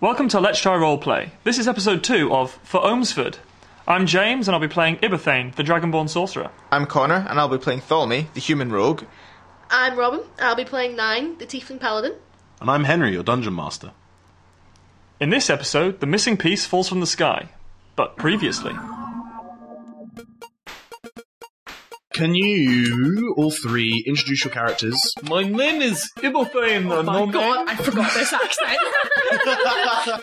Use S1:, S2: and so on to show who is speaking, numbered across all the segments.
S1: Welcome to Let's Try Roleplay. This is episode 2 of For Omsford. I'm James and I'll be playing Ibathane, the Dragonborn Sorcerer.
S2: I'm Connor, and I'll be playing Tholme, the human rogue.
S3: I'm Robin. I'll be playing Nine, the Tiefling Paladin.
S4: And I'm Henry, your dungeon master.
S1: In this episode, the missing piece falls from the sky. But previously,
S4: Can you all three introduce your characters?
S5: My name is Ibothane. Oh my
S3: God, I forgot this accent.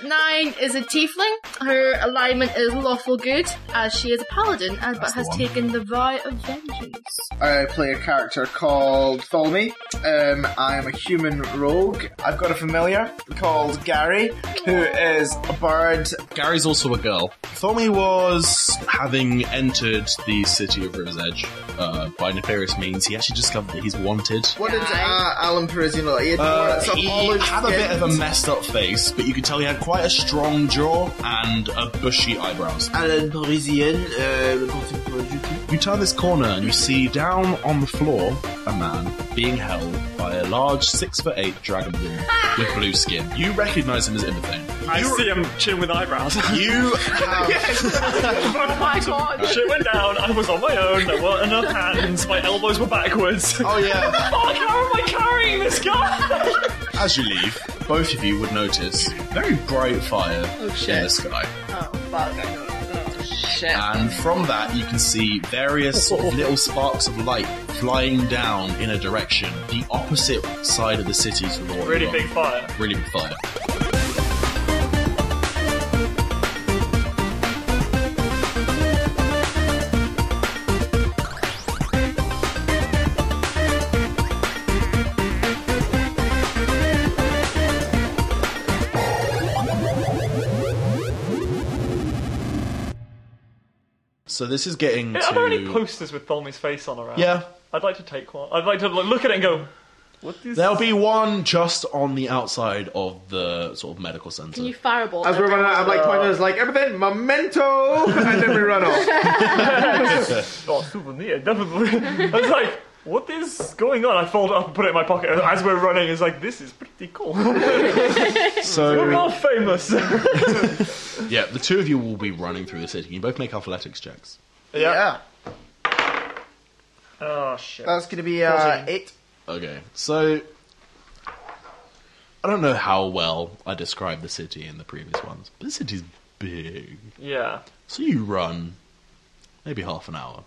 S3: Nine is a Tiefling. Her alignment is lawful good, as she is a Paladin, and, but has taken the vow of vengeance.
S6: I play a character called Tholme. Um, I am a human rogue. I've got a familiar called Gary, who is a bird.
S4: Gary's also a girl. Thormy was, having entered the city of River's Edge uh, by nefarious means, he actually discovered that he's wanted.
S6: What did uh, Alan Parisian look like? He had,
S4: Uh,
S6: some
S4: he
S6: olive
S4: had a bit of a
S6: skins
S4: messed up face, but you could tell he had quite a strong jaw and a bushy eyebrows.
S6: Alan Parisian, uh, le contemporain du tout.
S4: You turn this corner and you see down on the floor a man being held by a large six foot eight dragonborn with blue skin. You recognise him as Ibathane.
S1: I see him chin with eyebrows.
S6: Um,
S4: You have
S1: oh my god! Shit went down, I was on my own, there weren't enough hands, my elbows were backwards.
S2: Oh yeah,
S1: Fuck, how am I carrying this guy?
S4: As you leave, both of you would notice very bright fire in the sky. And from that, you can see various sort of little sparks of light flying down in a direction, the opposite side of the city to the
S1: Really big fire.
S4: Really big fire. So this is getting
S1: Are there any
S4: to.
S1: posters with Tholme's face on around?
S4: Yeah,
S1: I'd like to take one. I'd like to lo- look at it and go, what is
S4: there'll be one just on the outside of the sort of medical centre.
S3: Can you fireball?
S6: As
S3: it?
S6: we're running out, I'm like pointing at us like, everything, memento! And then we run off.
S1: Oh, souvenir, definitely. I was like, what is going on? I fold it up and put it in my pocket. As we're running, it's like, this is pretty cool.
S4: so
S1: we're not famous.
S4: yeah, the two of you will be running through the city. You both make athletics checks.
S6: yeah.
S1: oh, shit.
S6: That's gonna be, uh,
S1: Fourteen.
S6: eight.
S4: Okay, so I don't know how well I described the city in the previous ones, but the city's big.
S1: Yeah.
S4: So you run maybe half an hour.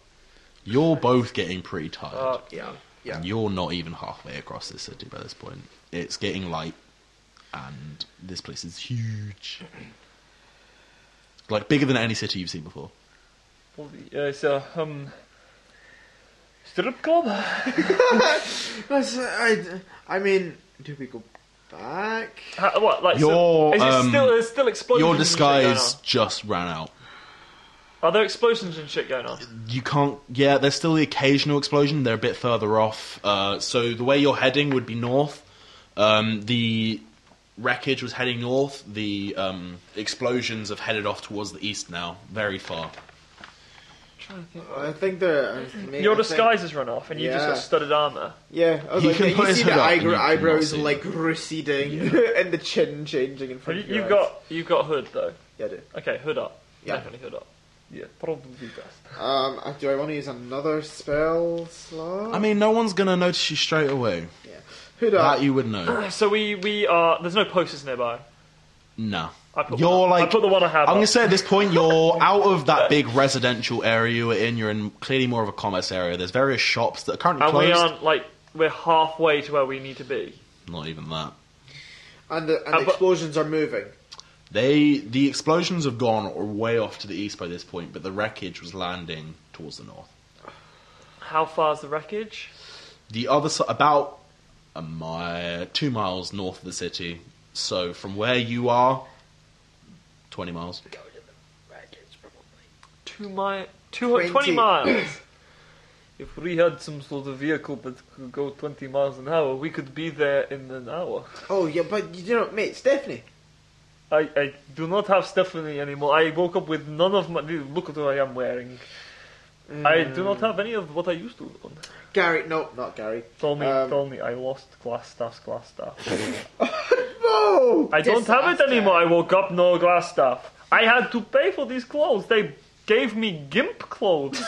S4: You're both getting pretty tired.
S1: Uh,
S6: Yeah.
S4: and you're not even halfway across this city by this point. It's getting light, and this place is huge. Like, bigger than any city you've seen before.
S1: well, the- uh, it's a, um, strip club?
S6: That's, I, I mean, do we go back?
S1: How, what, like, so,
S4: Your,
S1: is
S4: um,
S1: it still, there's still explosions
S4: Your
S1: and shit going
S4: disguise just ran out.
S1: on? Are there explosions and shit going on?
S4: you can't yeah there's still the occasional explosion they're a bit further off uh, so the way you're heading would be north um, the wreckage was heading north the um, explosions have headed off towards the east now very far
S6: I think the. uh,
S1: Your disguise has run off and you just
S6: Yeah.
S1: got studded armour.
S6: Yeah, I was
S4: He
S6: like,
S4: can
S6: yeah,
S4: put
S6: you
S4: his
S6: see
S4: hood
S6: the
S4: up and
S6: eyebrow-
S4: you can
S6: eyebrows
S4: not see
S6: like receding and the chin changing in front
S1: You,
S6: of your
S1: you've
S6: eyes.
S1: got, you've got hood, though.
S6: Yeah, I do.
S1: Okay, hood up.
S6: Yeah.
S1: Definitely hood up. Yeah, probably best.
S6: Um, uh, do I want to use another spell slot?
S4: i mean no one's gonna notice you straight away
S6: yeah. Hood up.
S4: that you would know
S1: So we, we are, there's no posters nearby.
S4: no
S1: I put
S4: you're
S1: one- I
S4: like
S1: put the one I have up.
S4: i'm gonna say at this point you're out of that big residential area you were in you're in clearly more of a commerce area there's various shops that are currently
S1: And we
S4: closed
S1: aren't like we're halfway to where we need to be.
S4: not even that
S6: and the, and
S1: Uh,
S6: the
S1: but-
S6: explosions are moving.
S4: They the explosions have gone way off to the east by this point, but the wreckage was landing towards the north.
S1: How far's the wreckage?
S4: The other si- about a mile, two miles north of the city. So from where you are, twenty miles.
S1: Two mi- two hundred
S6: Twenty.
S1: twenty miles. if we had some sort of vehicle that could go 20 miles an hour, we could be there in an hour.
S6: Oh, yeah, but you know, mate, Stephanie.
S1: I, I do not have Stephanie anymore. I woke up with none of my. Look at what I am wearing. I do not have any of what I used to own.
S6: Gary, no, not Gary.
S1: Tell me,
S6: Um,
S1: tell me, I lost glass staff, glass staff.
S6: No!
S1: I don't have it
S3: Disaster.
S1: anymore. I woke up, no glass stuff. I had to pay for these clothes. They gave me gimp clothes.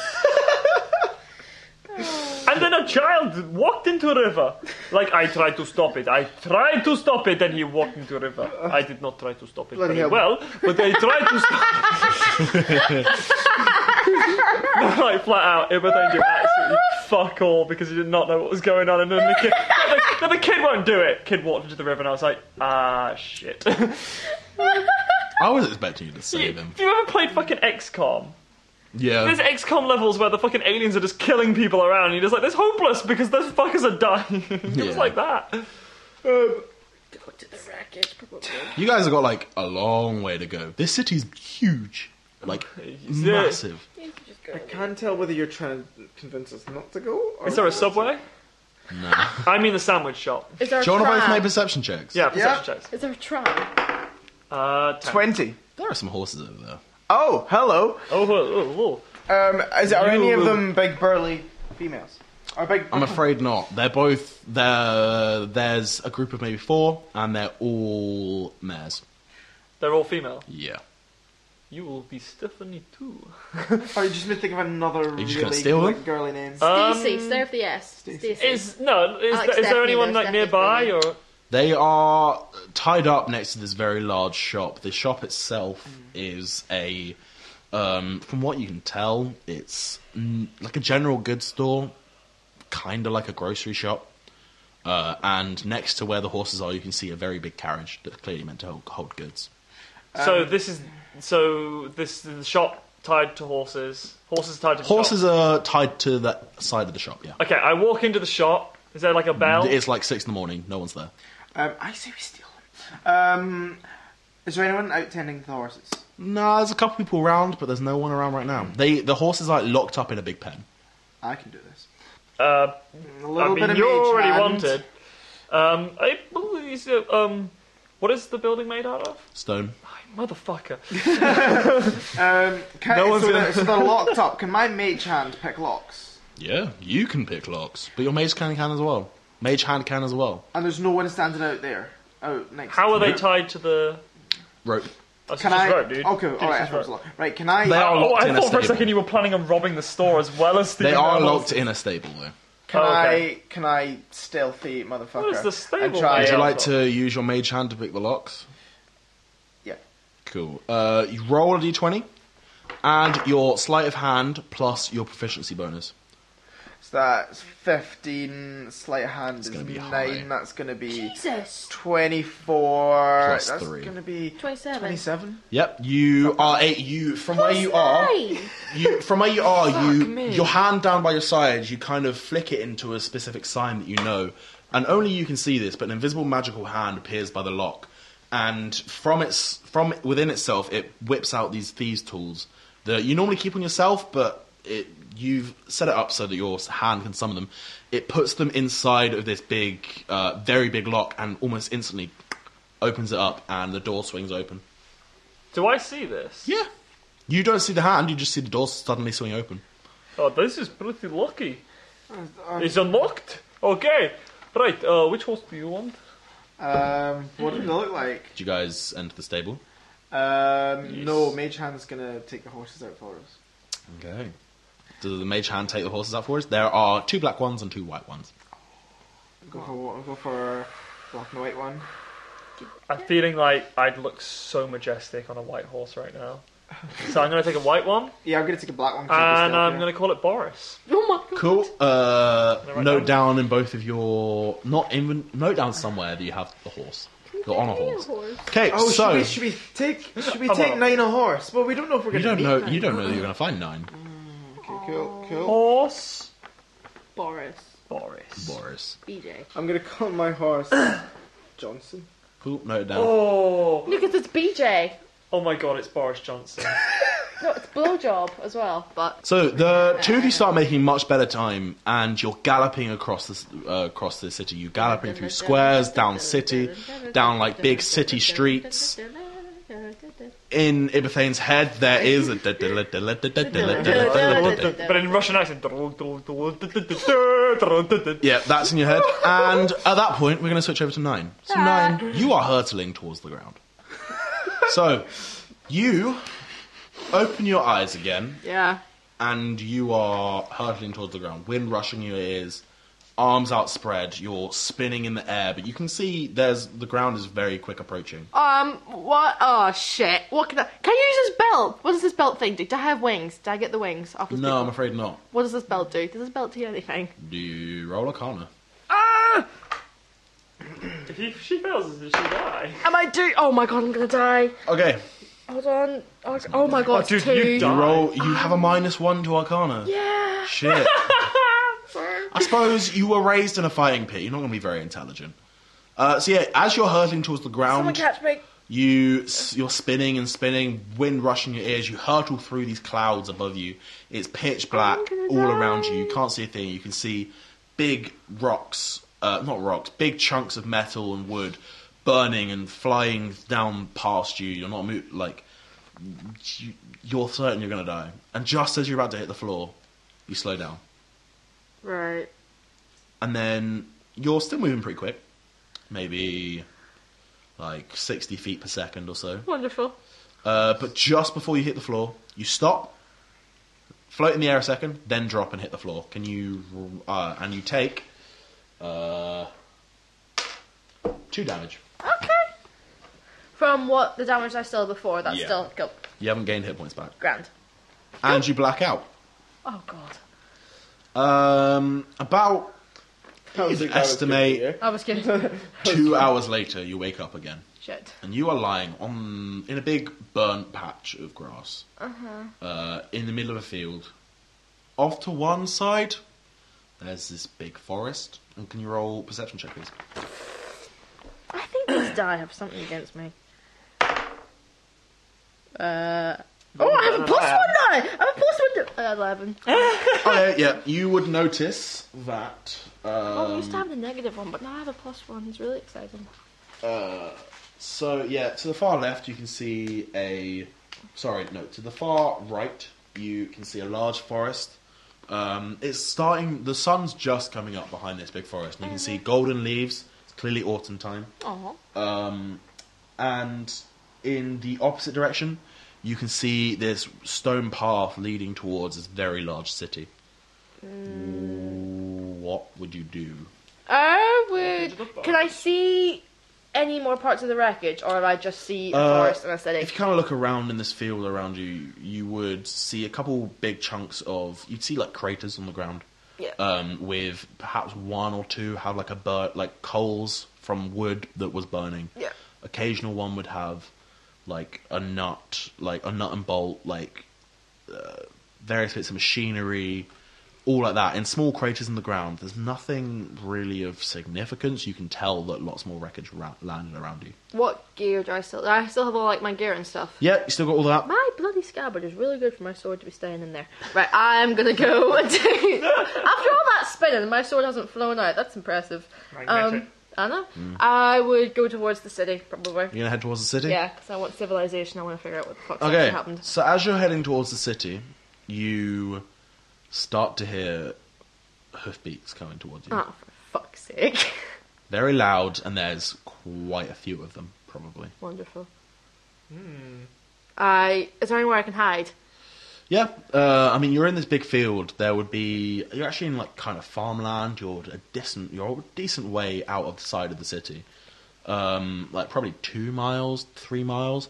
S1: and then a child walked into a river. Like, I tried to stop it. I tried to stop it, and he walked into a river. I did not try to stop it
S6: Bloody
S1: very well,
S6: hell.
S1: but I tried to stop it. like, flat out, it, but I do absolutely fuck all because he did not know what was going on. And then the kid, the, then the kid won't do it. Kid walked into the river, and I was like, ah, shit.
S4: I was expecting you to
S1: Do you,
S4: save him.
S1: do you ever played fucking XCOM? There's
S4: Yeah.
S1: XCOM levels where the fucking aliens are just killing people around, and you're just like, this hopeless because those fuckers are dying. It was
S4: Yeah.
S1: like that.
S3: Go to the wreckage, probably.
S4: You guys have got like a long way to go. This city's huge. Like
S1: Is there-
S4: massive.
S3: You could just go.
S6: I can't tell whether you're trying to convince us not to go. Or
S1: Is there a subway?
S4: No.
S1: I mean the sandwich shop.
S3: Is there a
S4: Do you want to both make
S3: tram?
S4: perception checks?
S1: Yeah, perception
S6: Yeah.
S1: checks.
S3: Is there a tram?
S1: Uh, ten.
S2: Twenty.
S4: There are some horses over there.
S2: Oh, hello.
S1: Oh, oh, oh,
S6: Um, is, are any of
S1: You-
S6: them big burly females? Are big?
S4: I'm afraid not. They're both there. There's a group of maybe four, and they're all mares.
S1: They're all female.
S4: Yeah.
S1: You will be Stephanie too.
S6: Oh, you just made me think of another
S4: you just
S6: really
S4: gonna steal
S6: like,
S4: them? Uh.
S6: girly name.
S1: Um,
S3: Stacey, stay with the S. Stacey.
S1: Is no?
S3: Alex
S1: Is, there, is there
S3: Stephanie,
S1: anyone
S3: though,
S1: like
S3: Stephanie's
S1: nearby or?
S3: brilliant.
S4: They are tied up next to this very large shop. The shop itself is a, um, from what you can tell, it's mm, like a general goods store, kind of like a grocery shop. Uh, and next to where the horses are, you can see a very big carriage that's clearly meant to hold, hold goods.
S1: So
S3: Um,
S1: this is so this is the shop tied to horses. Horses tied to the
S4: Horses
S1: Shop.
S4: are tied to the side of the shop. Yeah,
S1: Okay, I walk into the shop. Is there like a bell?
S4: it's like six in the morning. No one's there.
S6: Um, I say we steal them. Um, is there anyone out tending the horses?
S4: No, there's a couple people around, but there's no one around right now. They the horses are like locked up in a big pen.
S6: I can do this.
S1: Uh,
S6: A
S1: I
S6: little bit
S1: mean,
S6: of
S1: you're
S6: mage
S1: already
S6: hand.
S1: wanted. Um, I believe. so, Um, what is the building made out of?
S4: Stone.
S1: Motherfucker.
S6: Um,
S1: No
S6: can, so
S1: one's
S6: they're-
S1: gonna-
S6: so they're locked up. Can my mage hand pick locks?
S4: Yeah, you can pick locks, but your mage can can as well. Mage hand can as well.
S6: And there's no one standing out there. Out next.
S1: How are
S6: to
S1: they
S6: me.
S1: tied to the?
S4: Rope.
S1: Oh, it's
S6: Can
S1: just
S6: I?
S1: rope, dude.
S6: Okay,
S1: Dude,
S6: all right. I
S1: it's just
S6: thought it was
S1: rope.
S6: locked. Right, can I?
S4: They are
S1: Oh,
S4: locked
S1: I
S4: in a
S1: thought for a
S4: stable.
S1: second you were planning on robbing the store as well as stealing
S4: They
S1: the
S4: are
S1: animals.
S4: locked in a stable though.
S6: Can
S1: Oh,
S6: I?
S1: okay.
S6: Can I stealthy motherfucker?
S1: What is the stable
S6: and try-
S4: Would
S1: layout?
S4: you
S1: Yeah.
S4: like to use your mage hand to pick the locks?
S6: Yeah.
S4: Cool. Uh, you roll a d20, and your sleight of hand plus your proficiency bonus.
S6: So that's fifteen. Sleight of hand is
S4: gonna be
S6: nine.
S4: high.
S6: That's gonna be
S3: Jesus.
S6: twenty-four.
S4: Plus
S6: that's
S4: three.
S6: gonna be
S3: 27.
S6: twenty-seven.
S4: Yep, you are eight. You from where you are, you from where you are, you your hand down by your side, you kind of flick it into a specific sign that you know, and only you can see this. But an invisible magical hand appears by the lock, and from its from within itself, it whips out these thieves' tools that you normally keep on yourself, but it you've set it up so that your hand can summon them. It puts them inside of this big, uh, very big lock, and almost instantly opens it up, and the door swings open.
S1: Do I see this?
S4: Yeah. You don't see the hand, you just see the door suddenly swing open.
S1: Oh, this is pretty lucky.
S6: Uh, um,
S1: It's unlocked. Okay. Right. Uh, which horse do you want?
S6: Um, what do they look like?
S4: Do you guys enter the stable?
S6: Um,
S1: Yes.
S6: no, mage hand's gonna take the horses out for us.
S4: Okay. Does the mage hand take the horses out for us? There are two black ones and two white ones.
S6: Go for what? Go for black and white one.
S1: I'm feeling like I'd look so majestic on a white horse right now. So I'm gonna take a white one,
S6: Yeah, I'm gonna take a black one. 'cause I'll be
S1: and
S6: stealthy.
S1: I'm gonna call it Boris.
S3: Oh my god.
S4: Cool. Uh,
S1: They're right
S4: note
S1: down.
S4: down in both of your not inven- note down somewhere that you have the horse. You're on a horse. Okay,
S6: Oh,
S4: so
S6: should, we, should we take? Should we
S1: Come
S6: take
S1: on.
S6: nine a horse? Well, we don't know if we're
S4: you
S6: gonna.
S4: don't
S6: meet
S4: know
S6: Nine.
S4: you don't know that you're gonna find nine.
S6: Okay, cool,
S4: Oh.
S6: cool.
S1: Horse.
S3: Boris.
S1: Boris.
S4: Boris.
S3: BJ.
S6: I'm gonna call my horse Johnson.
S4: Cool, note down.
S1: Oh.
S3: Look, it's, it's BJ.
S1: Oh my God! It's Boris Johnson.
S3: No, it's blowjob as well, but
S4: So the two of you start making much better time, and you're galloping across this uh, across the city. You're galloping through squares, down city, down like big city streets. in Ibethane's head, there is a.
S1: But in Russian accent.
S4: Yeah, that's in your head. And at that point, we're going to switch over to nine. So, nine, you are hurtling towards the ground. So, you open your eyes again,
S3: Yeah.
S4: and you are hurtling towards the ground. Wind rushing your ears, arms outspread, you're spinning in the air, but you can see there's the ground is very quick approaching.
S7: Um, what? Oh shit! What can I? Can you use this belt? What does this belt thing do? Do I have wings? Do I get the wings? Off this
S4: No,
S7: people?
S4: I'm afraid not.
S7: What does this belt do? Does this belt do anything?
S4: Do you roll Arcana?
S1: If he- if she fails, does she die?
S7: Am I do? Oh my god! I'm gonna die.
S4: Okay,
S7: Hold on. Oh, oh my god!
S1: dude,
S7: two.
S1: you die.
S4: roll. You have a minus one to Arcana.
S7: Yeah.
S4: Shit. I suppose you were raised in a fighting pit. You're not going to be very intelligent. Uh, so yeah, as you're hurtling towards the
S7: Someone
S4: ground,
S7: catch me.
S4: you s- you're spinning and spinning, wind rushing your ears. You hurtle through these clouds above you. It's pitch black all around you. You can't see a thing. You can see big rocks, uh, not rocks, big chunks of metal and wood burning and flying down past you. You're not mo- like you, you're certain you're going to die. And just as you're about to hit the floor, you slow down
S7: Right.
S4: and then you're still moving pretty quick, maybe like 60 feet per second or so.
S7: Wonderful.
S4: Uh, but just before you hit the floor, you stop, float in the air a second, then drop and hit the floor. Can you? Uh, and you take uh, two damage.
S7: Okay. From what the damage I saw before, that's
S4: Yeah.
S7: still go
S4: You haven't gained hit points back,
S7: grand.
S4: and you black out.
S7: Oh god.
S4: Um, about estimate
S7: I was kidding.
S4: two hours later, you wake up again.
S7: Shit.
S4: and you are lying on in a big burnt patch of grass
S7: Uh-huh.
S4: uh, in the middle of a field. Off to one side, there's this big forest. And can you roll perception check, please?
S7: I think these die have something against me. Uh. Oh, I have a plus one die. I have a plus one. Die. Uh, Eleven.
S4: oh, yeah, yeah. You would notice that.
S7: oh, we
S4: Um,
S7: used to have the negative one, but now I have a plus one. It's really exciting.
S4: uh, so, yeah, to the far left, you can see a. Sorry, no, to the far right, you can see a large forest. Um, it's starting. The sun's just coming up behind this big forest, and you can see golden leaves. It's clearly autumn time.
S7: Oh.
S4: Um, and in the opposite direction, you can see this stone path leading towards this very large city. What would you do?
S7: I would. Can I see any more parts of the wreckage, or have I just see a
S4: Uh,
S7: forest and I said
S4: If you kind of look around in this field around you, you would see a couple big chunks of. You'd see like craters on the ground.
S7: Yeah.
S4: Um, with perhaps one or two have like a bur- like coals from wood that was burning.
S7: Yeah.
S4: Occasional one would have like a nut, like a nut and bolt, like uh, various bits of machinery, all like that. In small craters in the ground, there's nothing really of significance. You can tell that lots more wreckage ra- landed around you.
S7: what gear do I still? Do I still have all like my gear and stuff.
S4: Yeah, you still got all that.
S7: My bloody scabbard is really good for my sword to be staying in there. Right, I'm gonna go. and do- After all that spinning, my sword hasn't flown out. That's impressive. Um,
S1: Magnetic.
S7: Anna,
S4: Mm.
S7: I would go towards the city probably.
S4: You're gonna head towards the city.
S7: Yeah, because I want civilization. I want to figure out what the fuck
S4: Okay.
S7: happened.
S4: So as you're heading towards the city, you start to hear hoofbeats coming towards you,
S7: Ah, for fuck's sake!
S4: very loud, and there's quite a few of them, probably.
S7: Wonderful.
S1: Hmm.
S7: I is there anywhere I can hide?
S4: Yeah. Uh, I mean, you're in this big field. There would be you're actually in like kind of farmland. You're a decent, you're a decent way out of the side of the city, um, like probably two miles, three miles.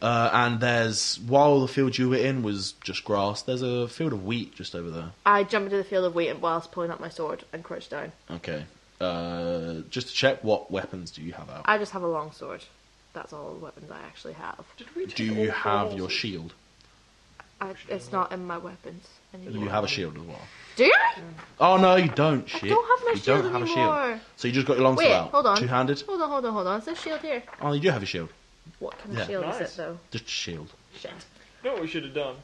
S4: Uh, and there's while the field you were in was just grass. There's a field of wheat just over there.
S7: I jump into the field of wheat and whilst pulling up my sword and crouch down.
S4: Okay. Uh, just to check, what weapons do you have out?
S7: I just have a long sword. That's all the weapons I actually have.
S4: Do you have your shield?
S7: I, it's not in my weapons anymore.
S4: You have a shield as well.
S7: Do you?
S4: Oh no, you don't. Shit.
S7: don't have my
S4: you don't
S7: shield
S4: have a shield.
S7: anymore.
S4: So you just got your longsword
S7: Wait,
S4: out.
S7: hold on.
S4: Two-handed.
S7: Hold on, hold on, hold on. Is there a shield here?
S4: Oh, you do have a shield.
S7: What kind of
S4: Yeah.
S7: shield is
S1: Nice.
S7: it though?
S4: Just a shield.
S7: Shit.
S1: You know what we should have done?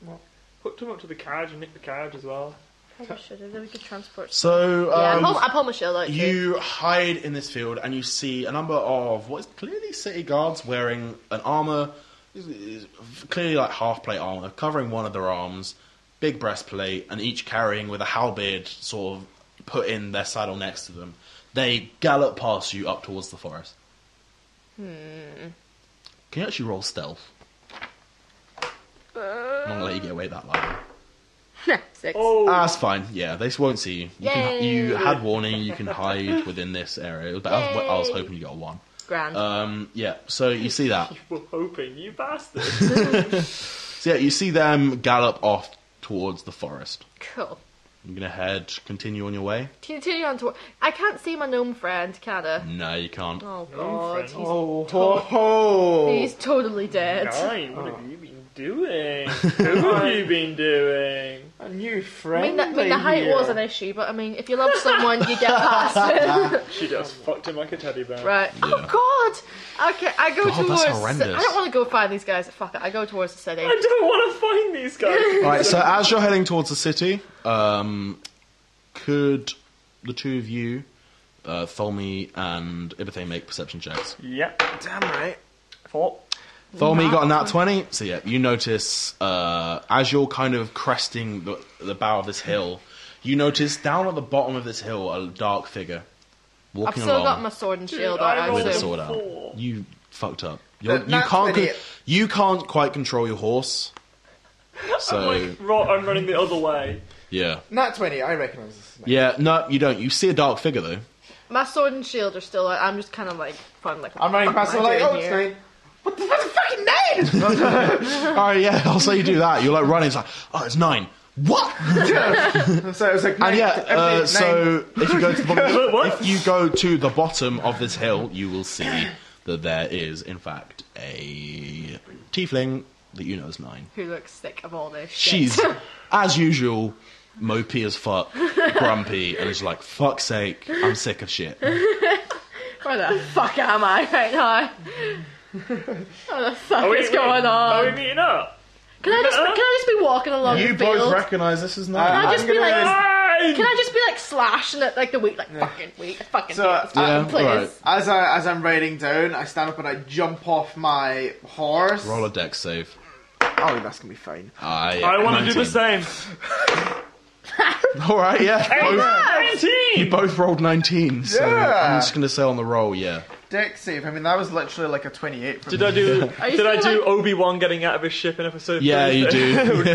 S1: Hooked him up to the carriage and nicked the carriage as well.
S7: Probably should have. Then we could transport.
S4: So
S7: yeah, I
S4: um,
S7: pull, I pull my shield out. too.
S4: you hide in this field and you see a number of what is clearly city guards wearing an armor is- is clearly like half plate armor, covering one of their arms, big breastplate, and each carrying with a halberd sort of put in their saddle next to them. They gallop past you up towards the forest. Can you actually roll stealth? I'm not gonna let you get away that long.
S7: Six.
S1: Oh,
S4: Ah, that's fine. Yeah, they won't see you. You, can, you had warning. You can hide within this area. But I was, I was
S7: Yay.
S4: hoping you got a one.
S7: Grand.
S4: Um, yeah. So you see that.
S1: we're hoping you bastard.
S4: So yeah, you see them gallop off towards the forest.
S7: cool.
S4: You're gonna head, continue on your way.
S7: Continue on to. I can't see my gnome friend, can I?
S4: No, you can't.
S7: Oh god,
S1: friend.
S7: he's,
S1: Oh,
S7: he's totally dead.
S1: Nine, what have you been doing? Who have you been doing?
S6: A new
S7: I mean,
S6: friend.
S7: the, I mean, the height was an issue, but I mean, if you love someone, you get past it.
S1: She just fucked him like a teddy bear.
S7: right. Oh god. Okay, I go
S4: God, that's
S7: towards.
S4: horrendous.
S7: I don't want to go find these guys. Fuck it. I go towards the city.
S1: I don't want to find these guys.
S4: All right. So as you're heading towards the city, um, could the two of you, uh, Tholme and Ibethane, make perception checks?
S1: yep,
S2: Damn right.
S1: four.
S4: Tholme got a nat 20. So, yeah, you notice uh, as you're kind of cresting the, the bow of this hill, you notice down at the bottom of this hill a dark figure
S7: I've
S4: walking
S7: still
S4: along
S7: got my sword and shield
S1: I
S7: out.
S1: rolled
S4: with a
S1: a
S4: sword out.
S1: four.
S4: You fucked up. You're,
S6: But
S4: you,
S6: that's
S4: can't
S6: an
S4: con-
S6: idiot.
S4: you can't quite control your horse. So,
S7: Oh
S1: Like, ro- I'm running the other way.
S4: yeah.
S6: Nat 20, I recognise this.
S4: Yeah, no, you don't. You see a dark figure, though.
S7: My sword and shield are still out. I'm just kind of like, fun, like
S6: I'm running
S7: what the
S6: past,
S7: fuck
S6: I'm
S7: am I
S6: like,
S7: doing
S6: oh, it's
S7: here?
S6: nine. What the fuck's a fucking name?
S4: Oh, yeah, I'll say you do that. You're like running. It's like, oh, it's nine. What?
S6: So it was like,
S4: And
S6: nine,
S4: yeah,
S6: every
S4: uh,
S6: nine.
S4: so if you go to the bottom,
S1: What?
S4: if you go to the bottom of this hill, you will see that there is, in fact, a tiefling that you know is nine.
S7: Who looks sick of all this? shit.
S4: She's, as usual, mopey as fuck, grumpy, and is like, "Fuck's sake, I'm sick of shit."
S7: Where the fuck am I right now? what the fuck
S1: Are we-
S7: is going
S1: Are we
S7: on?
S1: meeting up?
S7: Can I just can I just be walking along
S4: You
S7: the field?
S4: both recognise this as
S6: Uh,
S4: nine.
S7: Can I
S6: I'm
S7: just be
S6: gonna-
S7: like?
S1: Nine!
S7: Can I just be like slashing at like the wheat, like fucking wheat, fucking
S6: So, uh,
S7: wheat, this
S4: yeah,
S7: fucking place?
S4: alright.
S6: As I as I'm riding down, I stand up and I jump off my horse.
S4: Roll a deck save.
S6: Oh, that's gonna be fine.
S4: I,
S1: I want to do the
S4: 19.
S1: same.
S4: All right, yeah. Both, you
S1: 19!
S4: both rolled 19, so
S6: Yeah.
S4: I'm just going to say on the roll, yeah.
S6: Deck save. I mean, that was literally like a 28. For
S1: Did
S6: me.
S1: I do?
S7: Are you
S1: Did I
S7: still
S1: do
S7: like-
S1: Obi Wan getting out of his ship in episode?
S4: Yeah,
S1: three?
S4: you do.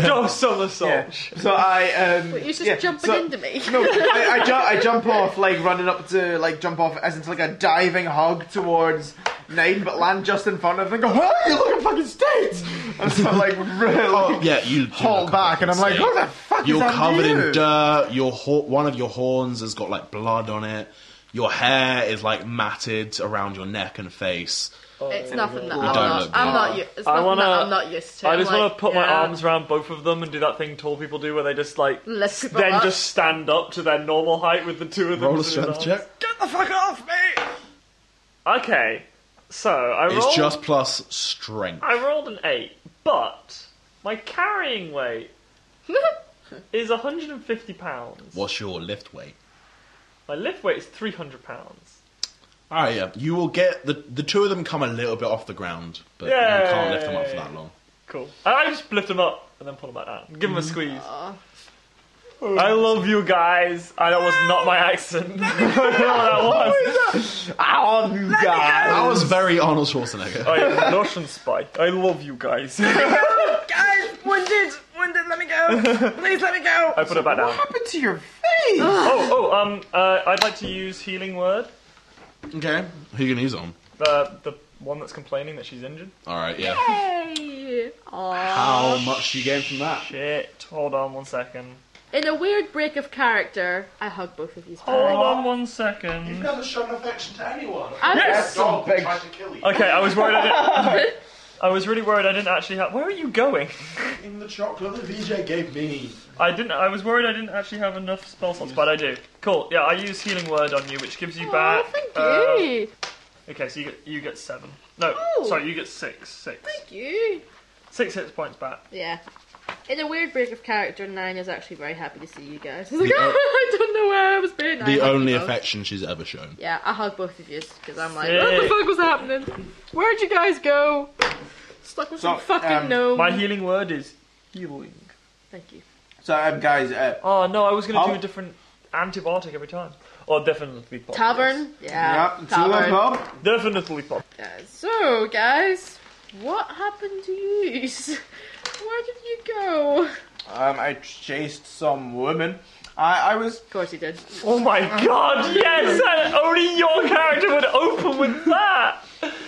S1: Dog somersault.
S6: Yeah. So I. Um,
S7: You're just
S6: yeah,
S7: jumping
S6: so-
S7: into me.
S6: No, I, I, ju- I jump off, like running up to, like jump off as into like a diving hug towards nine, but land just in front of them. and Go, hey, you look at fucking states! And so like really
S4: Oh, Yeah, you do
S6: haul
S4: look
S6: back, and I'm like,
S4: insane.
S6: what the fuck?
S4: You're
S6: is that
S4: covered
S6: you?"
S4: in dirt. Your hor- one of your horns has got like blood on it. Your hair is like matted around your neck and face.
S7: It's nothing that I'm
S4: Oh, don't
S7: not.
S4: look
S7: I'm
S4: good.
S7: not. u- It's
S1: I
S7: nothing
S1: wanna-
S7: that I'm not used to.
S1: I
S7: I'm
S1: just
S7: like,
S1: want to put my
S7: yeah.
S1: arms around both of them and do that thing tall people do, where they just like
S7: Lift people
S1: then
S7: up.
S1: just stand up to their normal height with the two of them.
S4: Roll a
S1: just in
S4: strength
S1: their
S4: check.
S1: arms. Okay, so I
S4: It's
S1: rolled.
S4: just plus strength.
S1: I rolled an eight, but my carrying weight is 150 pounds.
S4: What's your lift weight?
S1: My lift weight is 300 pounds.
S4: All right, Ah, yeah. You will get the the two of them come a little bit off the ground, but you can't lift them up for that long.
S1: Cool. And I just lift them up and then pull them back down. Give them a squeeze. I love you guys. I, that was not my accent. I don't know what that was.
S6: Oh, God.
S4: That was very Arnold Schwarzenegger.
S1: I am Russian spy. I love you guys. I
S6: Please let me go.
S1: put it back down.
S6: What happened to your face?
S1: Oh, oh, um, uh, I'd like to use healing word.
S4: Okay, who you gonna use it on?
S1: Uh, the one that's complaining that she's injured.
S4: All right, yeah.
S7: Hey. Aw.
S4: How much you gain from that?
S1: Shit. Hold on one second.
S7: In a weird break of character, I hug both of you.
S1: Hold on one second.
S4: Never shown affection to anyone.
S7: I'm
S1: Yes.
S4: Dog
S6: big-
S4: tried to kill you
S1: Okay, I was worried. I didn't. I was really worried. I didn't actually have. Where are you going?
S4: in the chocolate that VJ gave me.
S1: I didn't. I was worried I didn't actually have enough spell slots, but I do. Cool. Yeah, I use healing word on you, which gives you
S7: Oh,
S1: back.
S7: thank
S1: uh,
S7: you.
S1: okay, so you get you get seven. No,
S7: Oh.
S1: sorry, you get six. Six.
S7: Thank you.
S1: Six hit points back.
S7: Yeah. In a weird break of character, Nine is actually very happy to see you guys. He's like,
S4: The o-
S7: I don't know where I was being. I hug
S4: The
S7: you
S4: only
S7: both.
S4: affection she's ever shown.
S7: Yeah, I hug both of you because I'm like, what the
S1: Sick.
S7: fuck was happening? Where'd you guys go? Stuck with
S6: So,
S7: some fucking
S6: um,
S7: gnome.
S1: My healing word is healing.
S7: Thank you.
S6: So, um, guys, uh,
S1: Oh no, I was going to
S6: How-
S1: do a different antibiotic every time. Or definitely pop.
S7: Tavern? Yeah.
S6: yeah, two
S7: tavern.
S6: of them.
S1: Definitely pop.
S7: Yeah, So, guys, what happened to you? Where did you go? Of
S6: Um, I chased some woman. I, I was.
S7: course you did.
S1: Oh my god, yes! and Only your character would open with that!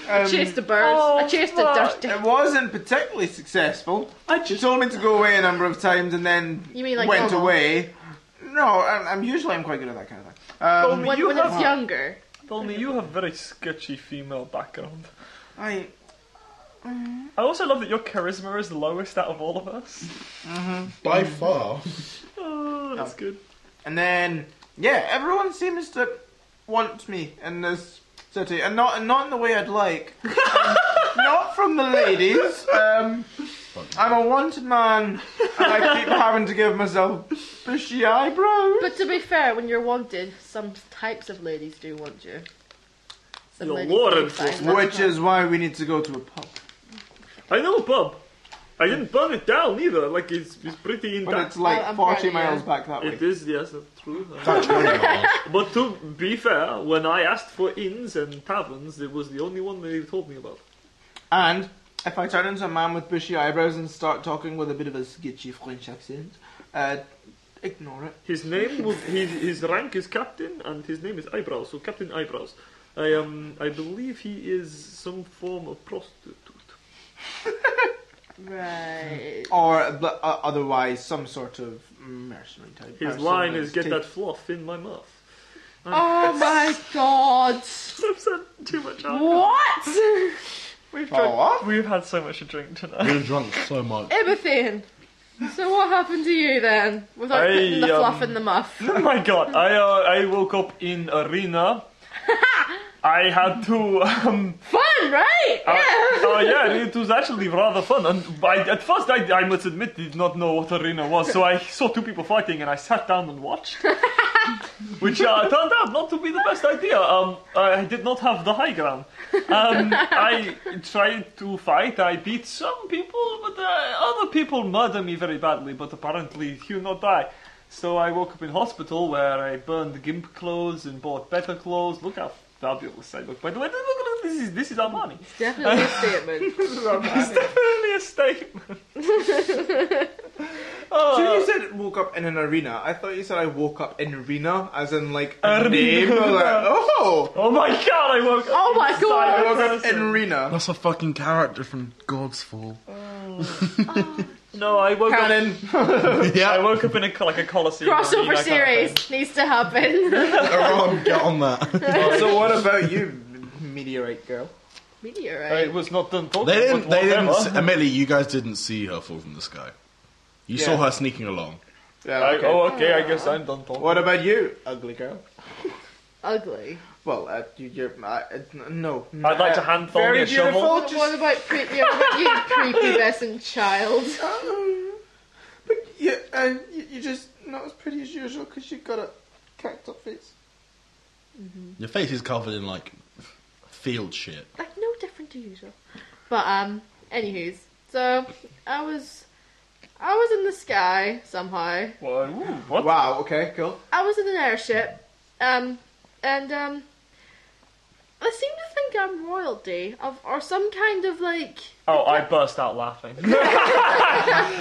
S7: I chased the birds. I
S1: oh,
S7: chased the
S1: fuck.
S7: dirty.
S6: um, It wasn't particularly successful.
S1: I
S6: She
S1: just.
S6: told me to go away a number of times and then
S7: You mean like
S6: went
S7: normal?
S6: away. No, I'm, I'm usually I'm quite good at that kind of thing.
S1: Told
S6: Um,
S1: me
S7: When,
S1: you
S7: when
S1: have,
S7: it's younger.
S1: told me you have very sketchy female background.
S6: I
S1: I also love that your charisma is the lowest out of all of us.
S4: By far.
S1: Oh, that's good.
S6: and then yeah, everyone seems to want me in this city, and not and not in the way I'd like. Um, not from the ladies. Um, I'm a wanted man, and I keep having to give myself bushy eyebrows.
S7: But to be fair, when you're wanted, some types of ladies do want you. Some
S1: You're
S7: ladies do
S1: warranted.
S7: find that
S6: Which is why we need to go to a pub.
S1: I know a pub. I didn't burn it down either, like, it's, it's pretty
S6: But
S1: intact.
S6: it's like
S7: Well, Oh, I'm
S6: 40
S7: probably, yeah.
S6: miles back that way.
S1: It is, yes, that's true. but to be fair, when I asked for inns and taverns, it was the only one they told me about.
S6: And if I turn into a man with bushy eyebrows and start talking with a bit of a sketchy French accent, uh, ignore it.
S1: His name was his, his rank is captain, and his name is Eyebrows, so Captain Eyebrows. I um I believe he is some form of prostitute.
S7: Right.
S6: Or but, uh, otherwise, some sort of mercenary type.
S1: His
S6: person
S1: line
S6: who's
S1: is "Get
S6: take-
S1: that fluff in my mouth."
S7: Oh my god.
S1: I've said too much. alcohol.
S7: What?
S1: We've
S6: Oh,
S1: drunk-
S6: what?
S1: We've had so much to drink tonight.
S4: You're drunk so much.
S7: Everything. So what happened to you then? Without
S1: I,
S7: putting the fluff
S1: um,
S7: in the muff.
S1: oh my god! I uh, I woke up in arena. I had to um
S7: Fun, right?
S1: Uh, uh, yeah, it was actually rather fun. And I, at first, I, I must admit, did not know what arena was. So I saw two people fighting, and I sat down and watched, which uh, turned out not to be the best idea. Um, I did not have the high ground. Um, I tried to fight. I beat some people, but uh, other people murder me very badly. But apparently, you not die. So I woke up in hospital where I burned gimp clothes and bought better clothes. Look how fabulous I look. By the way, look at this is this is Armani.
S7: Definitely a statement.
S1: It's definitely a statement.
S6: So
S1: oh,
S6: you said woke up in an arena. I thought you said I woke up in arena, as in like a
S1: Arena.
S6: name. I was like, oh,
S1: oh my god, I woke up.
S7: Oh my
S1: inside
S6: I
S1: a
S6: woke up
S1: person.
S6: in arena.
S4: That's a fucking character from God's Fall.
S1: No, I woke up.
S6: Cannon.
S1: I
S4: yeah,
S1: woke up in a co- like a coliseum. arena
S7: Crossover
S1: kind of thing.
S7: series needs to happen.
S4: Aram, get on that.
S6: so what about you, meteorite girl?
S1: It
S7: Meteorite.
S1: was not done talking.
S4: They
S1: but
S4: didn't. They didn't.
S1: whatever.
S4: s- Admittedly, you guys didn't see her fall from the sky. You saw
S6: Yeah.
S4: her sneaking along.
S6: Yeah,
S1: I,
S6: okay.
S1: oh, okay. I guess I'm done talking.
S6: What about you, ugly girl?
S7: Ugly.
S6: Well, uh, you, you're, uh, it's- no.
S1: I'd like to
S6: Uh,
S1: hand Thorny
S6: Very
S1: a shovel.
S6: beautiful.
S7: What,
S6: just-
S7: what about creepy? What about you, prepubescent child?
S6: Um, but yeah, uh, you, you're just not as pretty as usual because you've got a cactus face.
S4: Your face is covered in like field shit.
S7: Like no different to usual. But um, anywho's. So I was, I was in the sky somehow.
S1: Why- ooh, what?
S6: Wow. Okay. Cool.
S7: I was in an airship, um, and um, I seem to think I'm royalty of or some kind of like.
S1: Oh, I burst out laughing.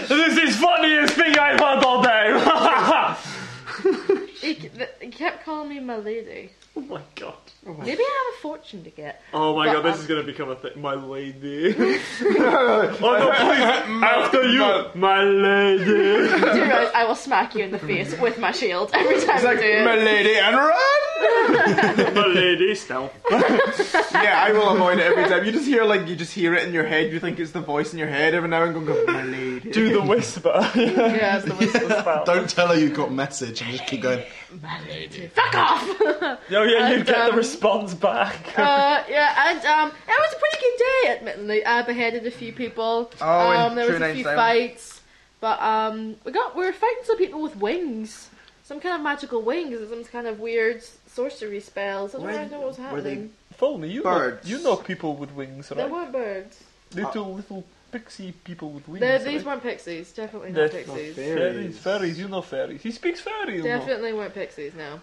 S1: this is funniest thing I've heard all day. oh
S7: He, he kept calling me my lady.
S1: Oh my god.
S6: Oh,
S7: Maybe I have a fortune to get.
S1: Oh my
S7: But,
S1: god, this
S7: um,
S1: is gonna become a thing. My lady. oh no, please. After you, my lady.
S7: Do you realise I will smack you in the face with my shield every time
S6: It's
S7: I
S6: like
S7: do it.
S6: my lady and run.
S1: my lady, stealth.
S6: yeah, I will avoid it every time. You just hear like you just hear it in your head. You think it's the voice in your head every now and then. Go, my lady.
S1: Do the whisper.
S7: Yeah, it's the whisper.
S4: Don't tell her you got message and just keep going.
S7: Fuck off!
S1: Oh yeah, you get
S7: And,
S1: the
S7: um,
S1: response back.
S7: Uh, yeah, and um, it was a pretty good day. Admittedly, I beheaded a few people.
S6: Oh, in
S7: um, there was
S6: True
S7: a few
S6: Knight's Island.
S7: fights, but um, we got we were fighting some people with wings, some kind of magical wings, and some kind of weird sorcery spells. I don't
S6: Were-
S7: really know what was
S6: were they
S7: happening.
S1: Follow me, you know,
S6: Birds.
S1: you know people with wings,
S7: There
S1: right?
S7: weren't birds.
S1: Little, little pixie people with wings.
S7: They're,
S1: right?
S7: these weren't pixies. Definitely not
S1: That's
S7: pixies.
S1: Fairies, fairies, you know fairies. He speaks fairy, you know.
S7: Definitely weren't pixies, no.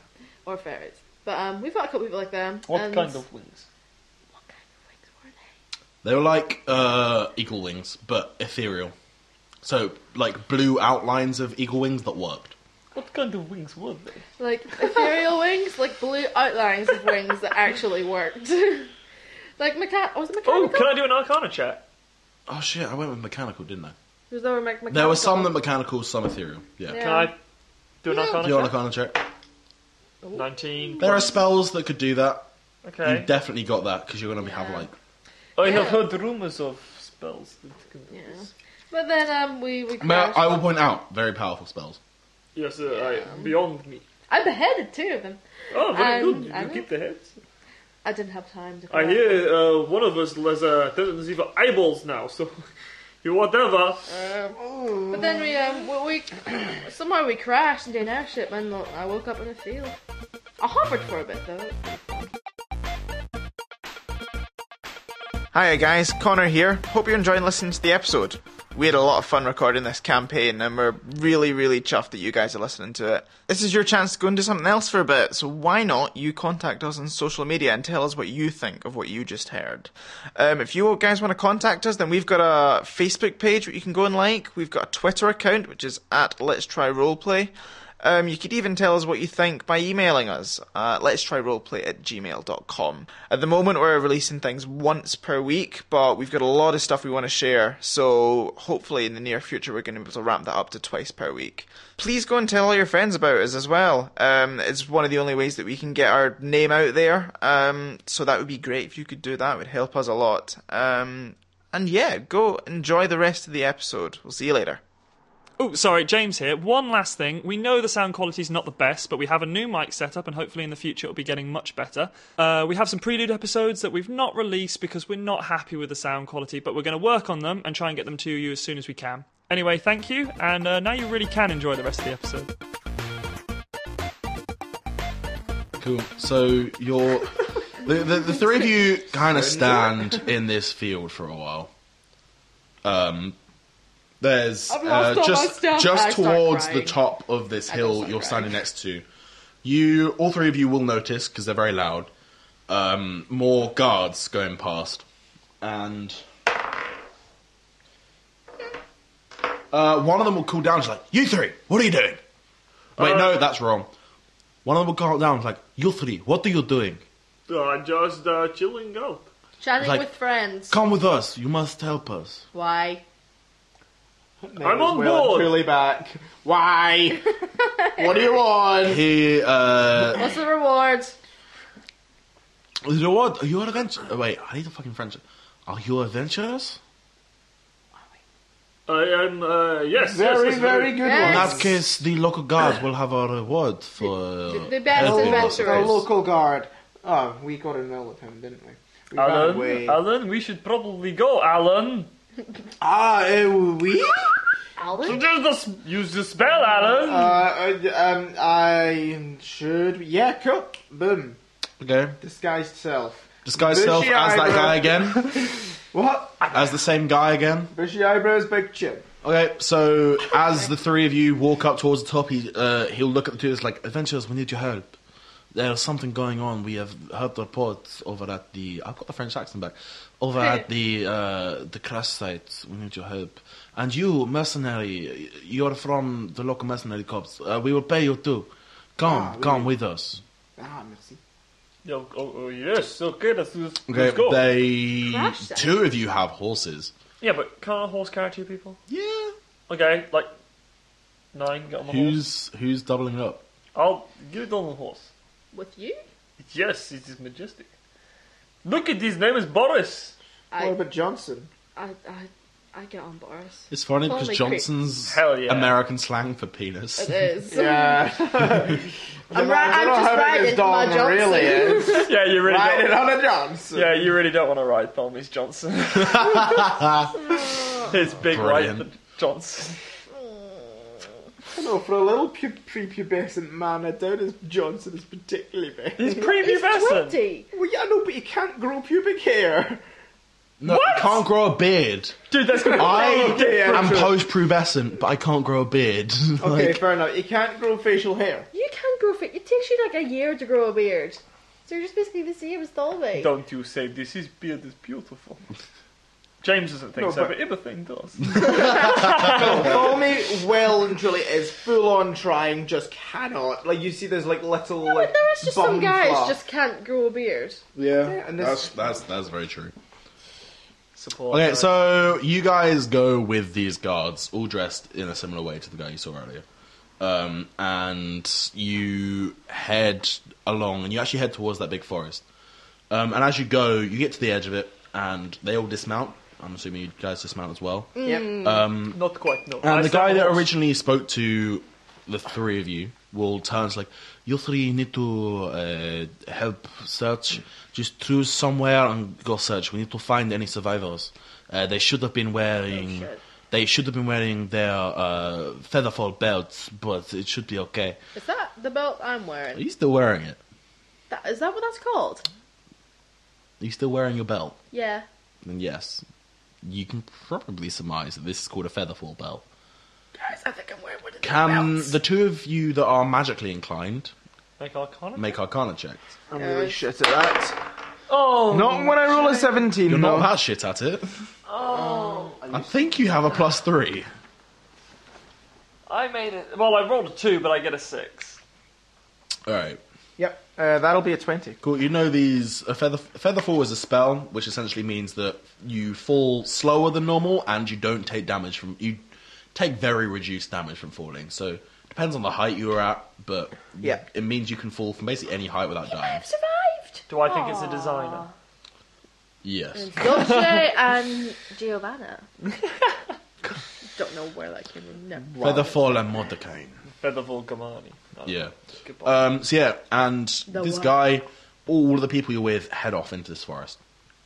S7: Or fairies. But um, we've got a couple people like them.
S1: What
S7: and
S1: kind of wings?
S7: wings were they?
S4: They were like uh, eagle wings, but ethereal. So like blue outlines of eagle wings that worked.
S1: What kind of wings were they?
S7: Like ethereal wings, like blue outlines of wings that actually worked. like mecha- was it
S5: Oh,
S7: mechanical?
S5: can I do an Arcana check?
S4: Oh shit! I went with mechanical, didn't I?
S7: Was there, a me- mechanical?
S4: There were some that mechanical, some ethereal. Yeah.
S7: Yeah.
S5: Can I do an
S7: Yeah.
S4: Do you
S5: Arcana
S4: want to kind of check?
S5: check? 19.
S4: There are spells that could do that. You
S5: Okay.
S4: definitely got that because you're gonna be have like
S5: Oh,
S1: I
S7: Yeah.
S1: have heard rumors of spells that can do
S7: Yeah.
S1: this.
S7: But then um, we we.
S4: May I,
S7: crashed.
S4: I will point out very powerful spells.
S1: Yes, uh, I, beyond me.
S7: I beheaded two of them.
S1: Oh, very
S7: Um,
S1: good. You
S7: I
S1: do keep the heads.
S7: I didn't have time to.
S1: I hear uh, one of us has uh, tendency for eyeballs now, so you whatever.
S4: oh.
S7: Um, but then we um we, we somehow we crashed and didn't airship and lo- I woke up in a field. I hovered for a bit though.
S2: Hiya guys, Connor here. Hope you're enjoying listening to the episode. We had a lot of fun recording this campaign and we're really, really chuffed that you guys are listening to it. This is your chance to go and do something else for a bit, so why not you contact us on social media and tell us what you think of what you just heard. Um, if you guys want to contact us, then we've got a Facebook page that you can go and like. We've got a Twitter account, which is at Let's Try Roleplay. Um, you could even tell us what you think by emailing us. Uh, let's try roleplay at gmail.com. At the moment, we're releasing things once per week, but we've got a lot of stuff we want to share, so hopefully in the near future, we're going to be able to ramp that up to twice per week. Please go and tell all your friends about us as well. Um, it's one of the only ways that we can get our name out there, um, so that would be great if you could do that. It would help us a lot. Um, and yeah, go enjoy the rest of the episode. We'll see you later.
S5: Oh, sorry, James here. One last thing. We know the sound quality is not the best, but we have a new mic setup, and hopefully in the future it'll be getting much better. Uh, we have some prelude episodes that we've not released because we're not happy with the sound quality, but we're going to work on them and try and get them to you as soon as we can. Anyway, thank you, and uh, now you really can enjoy the rest of the episode.
S4: Cool. So you're the, the, the three of you kind of stand in this field for a while. Um, there's
S7: I've lost
S4: uh,
S7: all my
S4: just
S7: stuff. I
S4: just
S7: start
S4: towards the
S7: crying.
S4: top of this hill
S7: start
S4: you're
S7: crying.
S4: standing next to. You all three of you will notice because they're very loud. Um, more guards going past, and uh, one of them will cool down. She's like, "You three, what are you doing?" Wait, no, that's wrong. One of them will call down. He's like, "You three, what are you doing?
S1: Uh, just uh, chilling out.
S7: Chatting
S4: Like-
S7: with friends.
S4: Come with us. You must help us."
S7: Why?
S1: I'm on board.
S6: Truly back. Why? what do you want?
S4: He, uh,
S7: What's the reward?
S4: you know what? Are you adventure? oh, Wait, I need a fucking French. Are you adventurous?
S1: I am. Uh, yes, yes,
S6: Very,
S1: yes,
S6: very good
S7: Yeah.
S4: In
S6: one.
S7: Yes.
S4: that case, the local guards will have a reward for uh,
S7: The- the best
S4: helping us.
S7: adventurers.
S6: The local guard. Oh, we got in well with him, didn't we? We ran away.
S1: Alan, Alan, we should probably go, Alan.
S6: Ah, uh, we?
S7: Alan?
S1: Use the, s- use the spell, Alan.
S6: Uh, uh, um, I should. Yeah, cool. Boom.
S4: Okay,
S6: Disguised self.
S4: disguise
S6: Bushy
S4: self as that
S6: eyebrow.
S4: guy again,
S6: What?
S4: as the same guy again.
S6: Bushy eyebrows, big chin.
S4: Okay, so as the three of you walk up towards the top, he uh, he'll look at the two. It's like adventurers, we need your help. There's something going on. We have heard reports over at the. I've got the French accent back. Over at the uh, the crash site. We need your help. And you, mercenary, you're from the local mercenary corps. Uh, we will pay you too. Come,
S6: Ah, we-
S4: come with us.
S6: Ah, merci.
S1: Yeah, oh, oh, yes, okay, let's, do this.
S4: Okay,
S1: let's go.
S4: they
S7: Crash site.
S4: two of you have horses.
S1: Yeah, but can't a horse carry two people?
S4: Yeah.
S1: Okay, like nine. Get on the horse.
S4: Who's who's doubling up?
S1: I'll get it on the horse.
S7: With you?
S1: Yes, it is majestic. Look at his name is Boris.
S6: What
S7: I,
S6: about Johnson?
S7: I, I, I get on Boris.
S4: It's funny
S7: Holy
S4: because
S7: crap.
S4: Johnson's
S1: Hell yeah.
S4: American slang for penis.
S7: It is.
S6: Yeah.
S7: I'm, ri- I'm just riding my Johnson.
S6: really is.
S1: Yeah, you really.
S6: Riding
S1: Don't,
S6: on a Johnson.
S1: yeah, you really don't want to ride Thomas Johnson. His big right
S4: Brilliant.
S1: Johnson.
S6: No, for a little pu- prepubescent man, I doubt his Johnson is particularly big.
S1: He's
S7: He's
S1: prepubescent.
S7: 20.
S6: Well, yeah, no, but you can't grow pubic hair.
S4: No, I can't grow a beard.
S1: Dude, that's gonna.
S4: I
S6: Okay, yeah,
S4: am
S6: sure.
S4: post-pubescent, but I can't grow a beard.
S6: Okay,
S4: like,
S6: fair enough. You can't grow facial hair.
S7: You can grow fit. It takes you like a year to grow a beard. So you're just basically the same as Dalby.
S1: Don't you say this? His beard is beautiful. James doesn't think
S6: No,
S1: so,
S6: but-
S1: but Ibbethane does.
S6: Tommy well and truly is full on trying, just cannot. Like you see, there's like little
S7: No,
S6: like
S7: but Oh, there is just some
S6: bum
S7: guys
S6: flap.
S7: just can't grow a beard.
S4: yeah,
S6: and
S4: that's
S6: this-
S4: that's that's very true.
S1: Support.
S4: Okay, so you guys go with these guards, all dressed in a similar way to the guy you saw earlier. Um, and you head along, and you actually head towards that big forest. Um, and as you go, you get to the edge of it, and they all dismount. I'm assuming you guys dismount as well.
S6: Yep.
S1: Not quite. No.
S4: Mm. And
S1: I
S4: the
S1: still
S4: guy that
S1: watch-
S4: originally spoke to the three of you will turn and is like, "You three need to uh, help search. Just choose somewhere and go search. We need to find any survivors. Uh, they should have been wearing. They should have been wearing their uh, featherfall belts, but it should be okay.
S7: Is that the belt I'm
S4: Are
S7: wearing?
S4: you still wearing it?
S7: That, is that what that's called?
S4: Are you still wearing your belt?
S7: Yeah.
S4: Then yes, you can probably surmise that this is called a featherfall belt.
S7: Guys, I think I'm wearing one of these
S4: Can
S7: belts.
S4: the two of you that are magically inclined
S1: Make Arcana.
S4: make Arcana checks?
S6: I'm really shit at that.
S1: Oh.
S6: Not when I roll a 17.
S4: You're
S6: no.
S4: not that shit at it. Oh. I think you have a plus three.
S1: I made it. Well, I rolled a two, but I get a six.
S4: All right.
S6: Yep. Uh, that'll be a 20.
S4: Cool. You know these. A feather, feather fall is a spell, which essentially means that you fall slower than normal and you don't take damage from. You take very reduced damage from falling. So depends on the height you are at, but
S6: Yeah.
S4: it means you can fall from basically any height without dying.
S7: I've survived!
S1: Do I think it's a designer?
S4: Yes.
S7: Dolce and Giovanna. Don't know where that came from. No.
S4: Feather fall and Mordecai.
S1: Featherfall Gamani. No.
S4: Yeah.
S1: Goodbye.
S4: Um, so yeah, and
S7: The
S4: this
S7: what?
S4: guy, all of the people you're with, head off into this forest.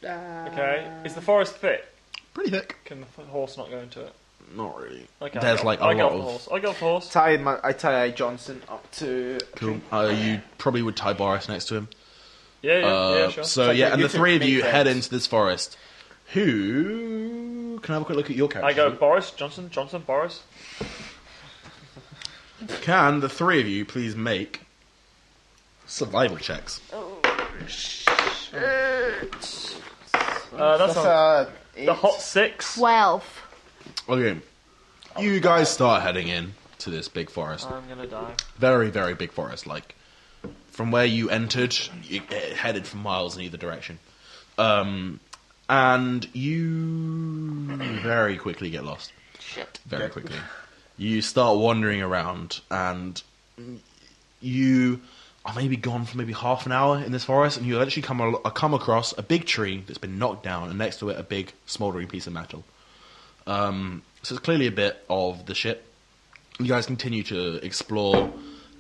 S7: Uh,
S1: okay. Is the forest thick?
S4: Pretty thick.
S1: Can the f- horse not go into it?
S4: Not really.
S1: Okay.
S4: There's
S1: I go-
S4: like a
S1: I go
S4: lot
S1: for the
S4: of-
S1: horse. I go for the horse.
S6: Tie my, I tie Johnson up to.
S4: Cool. Uh, you probably would tie Boris next to him.
S1: Yeah. Yeah.
S4: Uh,
S1: yeah. Sure.
S4: So
S6: So
S4: yeah,
S6: you
S4: and the
S6: two
S4: three of
S6: make
S4: you head
S6: sense.
S4: into this forest. Who can I have a quick look at your character?
S1: I go Boris Johnson Johnson Boris.
S4: Can the three of you please make survival checks?
S1: Uh, that's
S6: That's
S1: on
S6: a.
S1: the hot six.
S3: 12.
S4: Okay. You guys start heading in to this big forest.
S1: I'm gonna die.
S4: Very, very big forest. Like from where you entered, it it headed for miles in either direction. Um, and you very quickly get lost.
S3: Shit.
S4: very quickly. You start wandering around, and you are maybe gone for maybe half an hour in this forest, and you eventually come al- come across a big tree that's been knocked down, and next to it a big smouldering piece of metal. Um, so it's clearly a bit of the ship. You guys continue to explore,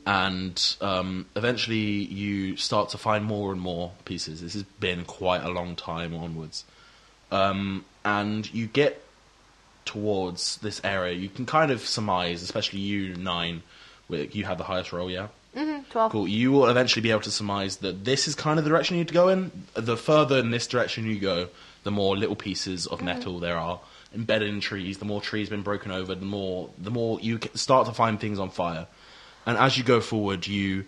S4: and um, eventually you start to find more and more pieces. This has been quite a long time onwards, um, and you get towards this area, you can kind of surmise, especially you nine, where you have the highest roll, yeah.
S3: Mm-hmm, 12.
S4: Cool. You will eventually be able to surmise that this is kind of the direction you need to go in. The further in this direction you go, the more little pieces of metal there are embedded in trees. The more trees been broken over, the more the more you c- start to find things on fire. And as you go forward, you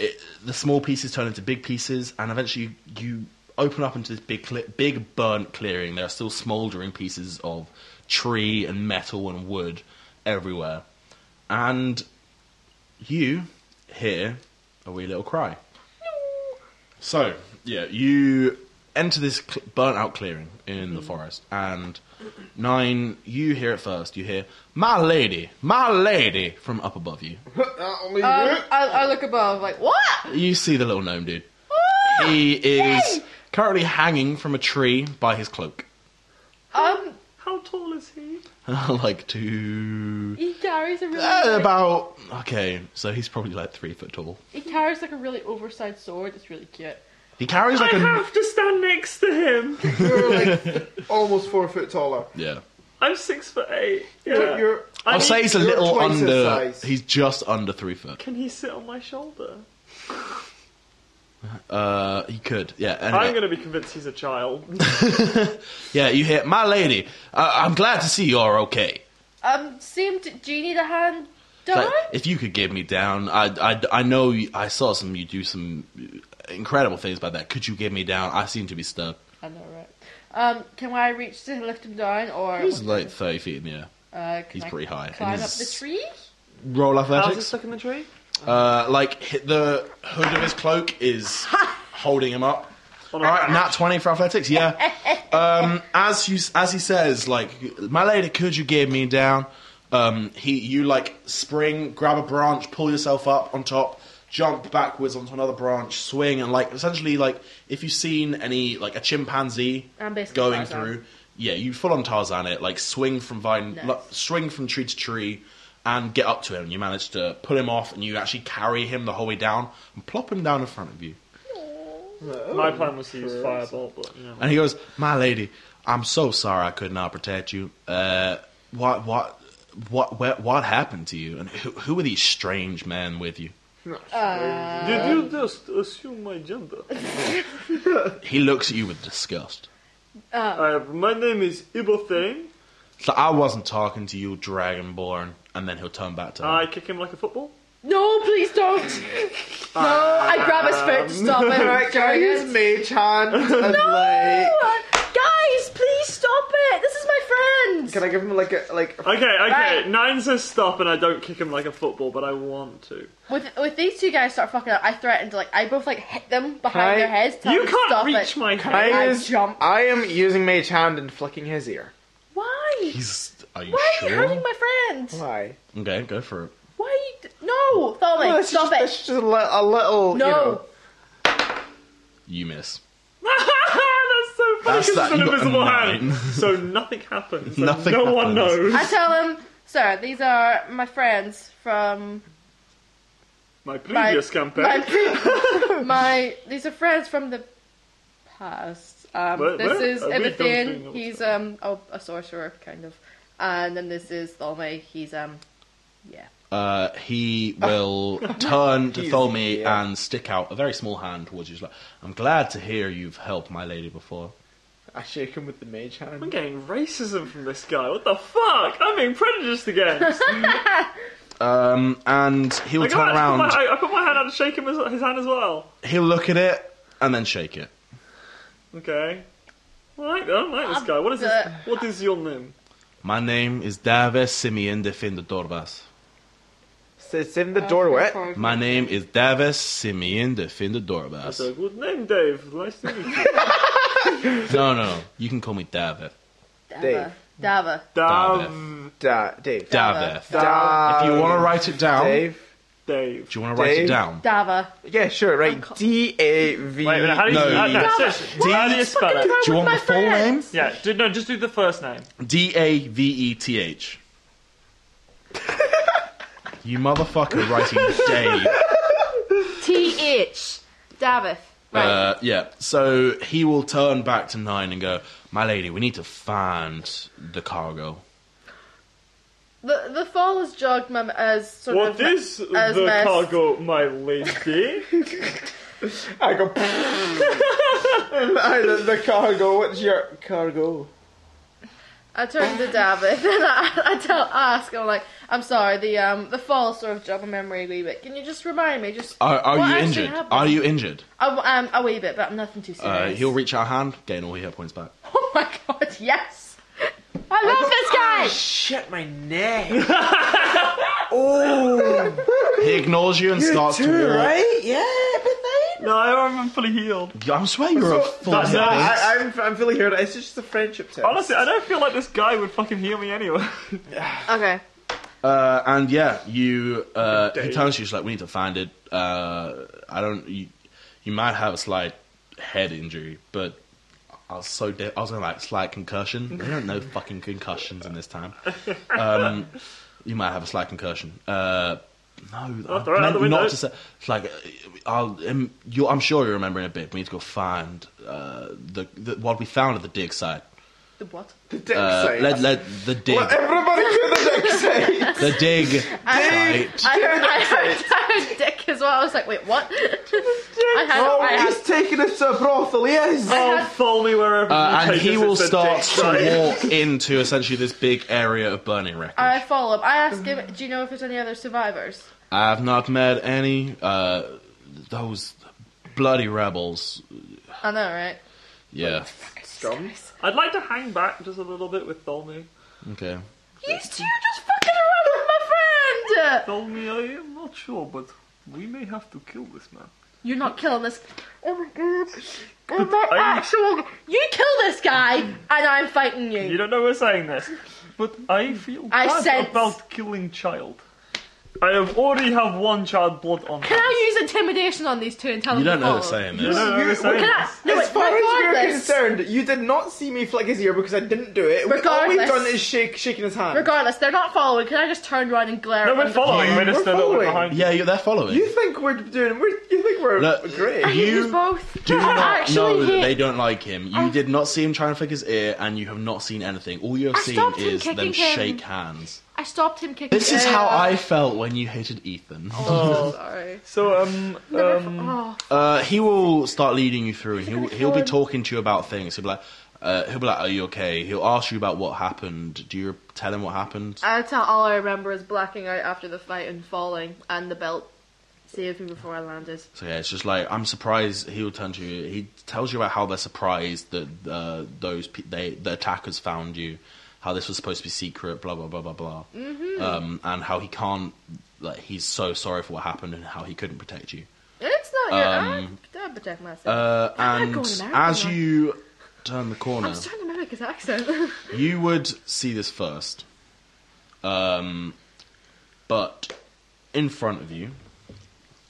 S4: it, the small pieces turn into big pieces, and eventually you, you open up into this big, cle big burnt clearing. There are still smouldering pieces of tree and metal and wood everywhere, and you hear a wee little cry. So yeah, you enter this cl- burnt out clearing in the forest, and nine, you hear it first. You hear "My lady, my lady" from up above you.
S7: I, I, Um, I look above, like, what?
S4: You see the little gnome dude. He is currently hanging from a tree by his cloak.
S7: Um,
S1: How tall is he?
S4: like two.
S7: he carries a really.
S4: eh,
S7: like-
S4: about. Okay, so he's probably like three foot tall.
S7: He carries like a really oversized sword. It's really cute.
S4: He carries like a.
S1: to stand next to him.
S6: You're like almost four foot taller.
S4: Yeah.
S1: I'm six foot eight.
S6: But You're,
S1: I
S4: I'll say he's a
S6: you're
S4: little
S6: twice his
S4: under.
S6: size.
S4: He's just under three foot.
S1: Can he sit on my shoulder?
S4: Uh, he could, yeah. Anyway.
S5: I'm going to be convinced he's a child.
S4: Yeah, you hear, my lady. I- I'm glad to see you're okay.
S7: Um, seemed. Do you need a hand?
S4: But
S7: Done?
S4: if you could get me down, I, I, I know you- I saw some you do some incredible things about that. Could you get me down? I seem to be stuck.
S7: I know, right? Um, can I reach to lift him down, or
S4: He's like thirty feet in the air.
S7: uh, can
S4: he's
S7: I
S4: pretty high, and
S7: Climb up
S4: he's-
S7: the tree.
S4: Roll
S5: How's it
S4: athletics.
S5: stuck in the tree?
S4: Uh, like hit the hood of his cloak is holding him up. All right, nat twenty for athletics. Yeah. Um, as you as he says, like my lady, could you get me down? Um, he you like spring, grab a branch, pull yourself up on top, jump backwards onto another branch, swing, and like essentially like if you've seen any like a chimpanzee
S7: I'm basically
S4: going
S7: Tarzan.
S4: through, yeah, you full on Tarzan it, like swing from vine,
S7: Nice.
S4: like, swing from tree to tree, and get up to him. You manage to pull him off, and you actually carry him the whole way down and plop him down in front of you.
S1: Oh,
S5: My plan was to use fireball, but you know.
S4: And he goes, "My lady, I'm so sorry I could not protect you. Uh, what, what, what, what, what happened to you? And who, who are these strange men with you?"
S1: Did you just assume my gender?
S4: He looks at you with disgust.
S1: Uh, my name is Ibothane.
S4: So I wasn't talking to you, Dragonborn. And then he'll turn back to.
S1: I
S4: Him.
S1: kick him like a football.
S7: No, please don't. no, I grab his foot to stop him.
S6: Alright, can I use mage hand and like?
S7: Guys, please stop it. This is my friend.
S6: Can I give him like a like?
S1: Okay, okay.
S7: Right.
S1: Nine says stop, and I don't kick him like a football, but I want to.
S7: With with these two guys start fucking up, I threatened to like I both like hit them behind
S6: I-
S7: their heads. Tell
S1: you
S7: them to
S1: can't
S7: stop
S1: reach
S7: it.
S1: my
S6: I,
S1: head.
S7: I
S6: is,
S7: jump.
S6: I am using mage hand and flicking his ear.
S7: Why?
S4: He's. Are you
S7: Why are you
S4: sure?
S7: hurting my friend?
S6: Why?
S4: Okay, go for it.
S7: Why? Are you... d- No, Thelmy,
S6: Well, it's
S7: stop
S6: just,
S7: it.
S6: It's just a, li- a little.
S7: No.
S6: You know,
S4: You miss.
S1: That's so funny
S4: That's
S1: because
S4: that.
S1: it's an
S4: You got a
S1: invisible
S4: nine.
S1: hand. So nothing happens. and
S4: Nothing
S1: no one
S4: happens.
S1: knows.
S7: I tell him, sir, these are my friends from
S1: My
S7: my
S1: previous campaign.
S7: My, pre- my these are friends from the past. Um,
S1: Where-
S7: this
S1: where
S7: is
S1: are Uh, we dumping
S7: Ibithian.
S1: all
S7: He's um oh, a sorcerer kind of, and then this is Thelmy. He's um yeah.
S4: Uh, he will turn to
S6: He's-
S4: Tholme
S6: yeah.
S4: and stick out a very small hand towards you. He's like, I'm glad to hear you've helped my lady before.
S6: I shake him with the mage
S1: I'm
S6: hand.
S1: getting racism from this guy. What the fuck? I'm being prejudiced against.
S4: Um, and he'll
S1: I,
S4: turn
S1: got- I, put my,
S4: around.
S1: I, I put my hand out to shake him as, his hand as well.
S4: He'll look at it and then shake it.
S1: Okay. I like, I like this guy. What is this?
S7: the-
S1: What is your name?
S4: My name is Davis Simeon Defender Dorbas.
S6: So it's in the doorway.
S4: My name is Davis Simeon Defender
S1: That's a
S4: Dorbas.
S1: good name, Dave. Nice to meet you.
S4: No, no, you can call me David.
S7: Dava.
S6: Dave.
S7: Dava.
S1: Dav.
S6: Da- Dave.
S4: Daveth.
S6: Da-
S4: If you want to write it down,
S6: Dave.
S1: Dave.
S4: do you want to write it
S6: Dave?
S4: down?
S7: Dava.
S6: Yeah, sure. Right. D A V.
S1: Wait, wait, how do you,
S4: No,
S1: no,
S4: you-
S1: no, seriously. how do you spell it?
S4: Do you want the full name?
S1: Yeah, do, no, just do the first name.
S4: D A V E T H. You motherfucker writing Dave.
S7: T H. Davith. Right.
S4: Uh, yeah. So he will turn back to nine and go, My lady, we need to find the cargo.
S7: the the fall has jogged my as sort of.
S1: What is
S7: as
S1: the
S7: messed.
S1: cargo, my lady?
S6: I go. and I, the, the cargo. What's your cargo?
S7: I turn to Davith and I, I tell ask I'm like I'm sorry the um the fall sort of jogged my memory a wee bit. Can you just remind me just
S4: Are, are
S7: What
S4: you
S7: actually
S4: injured?
S7: happened?
S4: Are you injured?
S7: I, um, a wee bit but nothing too
S4: Uh,
S7: serious.
S4: he'll reach our hand, gain all hit points back.
S7: oh my god yes. I love
S4: Oh
S7: this guy.
S6: Ah, Shit, my neck. oh,
S4: He ignores you and starts to
S6: too,
S4: walk.
S6: right? Yeah, but
S1: no, I'm fully healed.
S4: I swear you're a full
S1: That's
S4: hit
S1: not-
S4: points.
S6: I, I'm, I'm feeling hurt. It's just a friendship test.
S1: Honestly, I don't feel like this guy would fucking heal me anyway.
S7: Okay.
S4: Uh, and yeah, you. Uh, he
S1: Dave.
S4: turns to you. He's like, "We need to find it. Uh, I don't. You, you might have a slight head injury, but I was so. De- I was gonna like slight concussion. We don't know fucking concussions in this time. Um, you might have a slight concussion. Uh, no,
S1: That's
S4: I
S1: all right,
S4: meant
S1: out the
S4: not
S1: window.
S4: to say. It's like uh, I'll. Um, you I'm sure you remember in a bit. We need to go find uh, the, the what we found at the dig site.
S7: The what?
S6: the dick
S4: Uh,
S6: site.
S4: let, let the dig.
S6: Well, everybody to the dick site.
S4: the dig site.
S7: I heard, I heard, I heard dick as well. I was like, wait, what? I had,
S6: Oh,
S7: I had,
S6: he's taking us to a brothel, yes!
S7: I
S1: I'll
S7: had,
S1: follow me wherever you
S4: Uh, and
S1: take
S4: he
S1: us,
S4: will
S1: it's a
S4: start
S1: dick
S4: to
S1: ride.
S4: walk into essentially this big area of burning wreckage.
S7: I follow up. I asked him, do you know if there's any other survivors?
S4: I've not met any uh, those bloody rebels.
S7: I know, right?
S4: Yeah.
S6: Scum.
S1: I'd like to hang back just a little bit with Tholme.
S4: Okay.
S7: These two just fucking around with my friend!
S1: Tholme, I am not sure, but we may have to kill this man.
S7: You're not killing this. Oh my god. Oh my
S1: Are you-
S7: actual. You kill this guy, and I'm fighting you.
S1: You don't know we're saying this, but I feel
S7: I
S1: bad
S7: sense-
S1: about killing child. I have already have one child blood on.
S7: Can I use intimidation on these two and tell
S4: You
S7: them
S4: don't
S7: to
S4: know
S7: follow?
S4: they're saying
S1: You
S4: this.
S1: don't know we're
S6: You-
S1: saying
S7: Can I?
S1: this.
S7: No,
S6: as
S7: wait,
S6: far as we're
S7: regardless.
S6: concerned, you did not see me flick his ear because I didn't do it. We- All we've
S7: Regardless.
S6: done is shake, shaking his hand.
S7: Regardless, they're not following. Can I just turn around and glare
S1: No,
S7: at
S1: we're
S7: them?
S1: following. We're just
S6: We're
S1: a little bit
S6: following.
S1: behind.
S4: Yeah, you, they're following.
S6: you think we're doing? We're, you think we're
S4: Look,
S6: great?
S4: you-
S7: Use both.
S4: do
S7: I
S4: not
S7: actually Oh.
S4: know that
S7: hate-
S4: they don't like him. You did not see him trying to flick his ear, and you have not seen anything. All you have
S7: I
S4: seen
S7: stopped him
S4: is them
S7: kicking him.
S4: shake hands.
S7: I stopped him kicking.
S4: This is how I felt when you hated Ethan.
S7: Oh, sorry.
S1: So um, um
S7: Oh,
S4: Uh, he will start leading you through, and he'll
S7: gonna
S4: he'll
S7: kill
S4: be
S7: him.
S4: talking to you about things. He'll be like, uh, he'll be like, "Are you okay?" He'll ask you about what happened. Do you tell him what happened?
S7: I tell all I remember is blacking out after the fight and falling, and the belt saved me before I landed.
S4: So yeah, it's just like I'm surprised. He'll turn to you. He tells you about how they're surprised that uh, those pe- they the attackers found you, how this was supposed to be secret, blah blah blah blah blah, mm-hmm. um, and how he can't. Like he's so sorry for what happened and how he couldn't protect you.
S7: It's not your.
S4: Um,
S7: I, I protect myself.
S4: Uh,
S7: I'm not
S4: and
S7: going American,
S4: as
S7: like-
S4: you turn the
S7: I'm
S4: corner,
S7: starting an American accent.
S4: you would see this first. Um, but in front of you,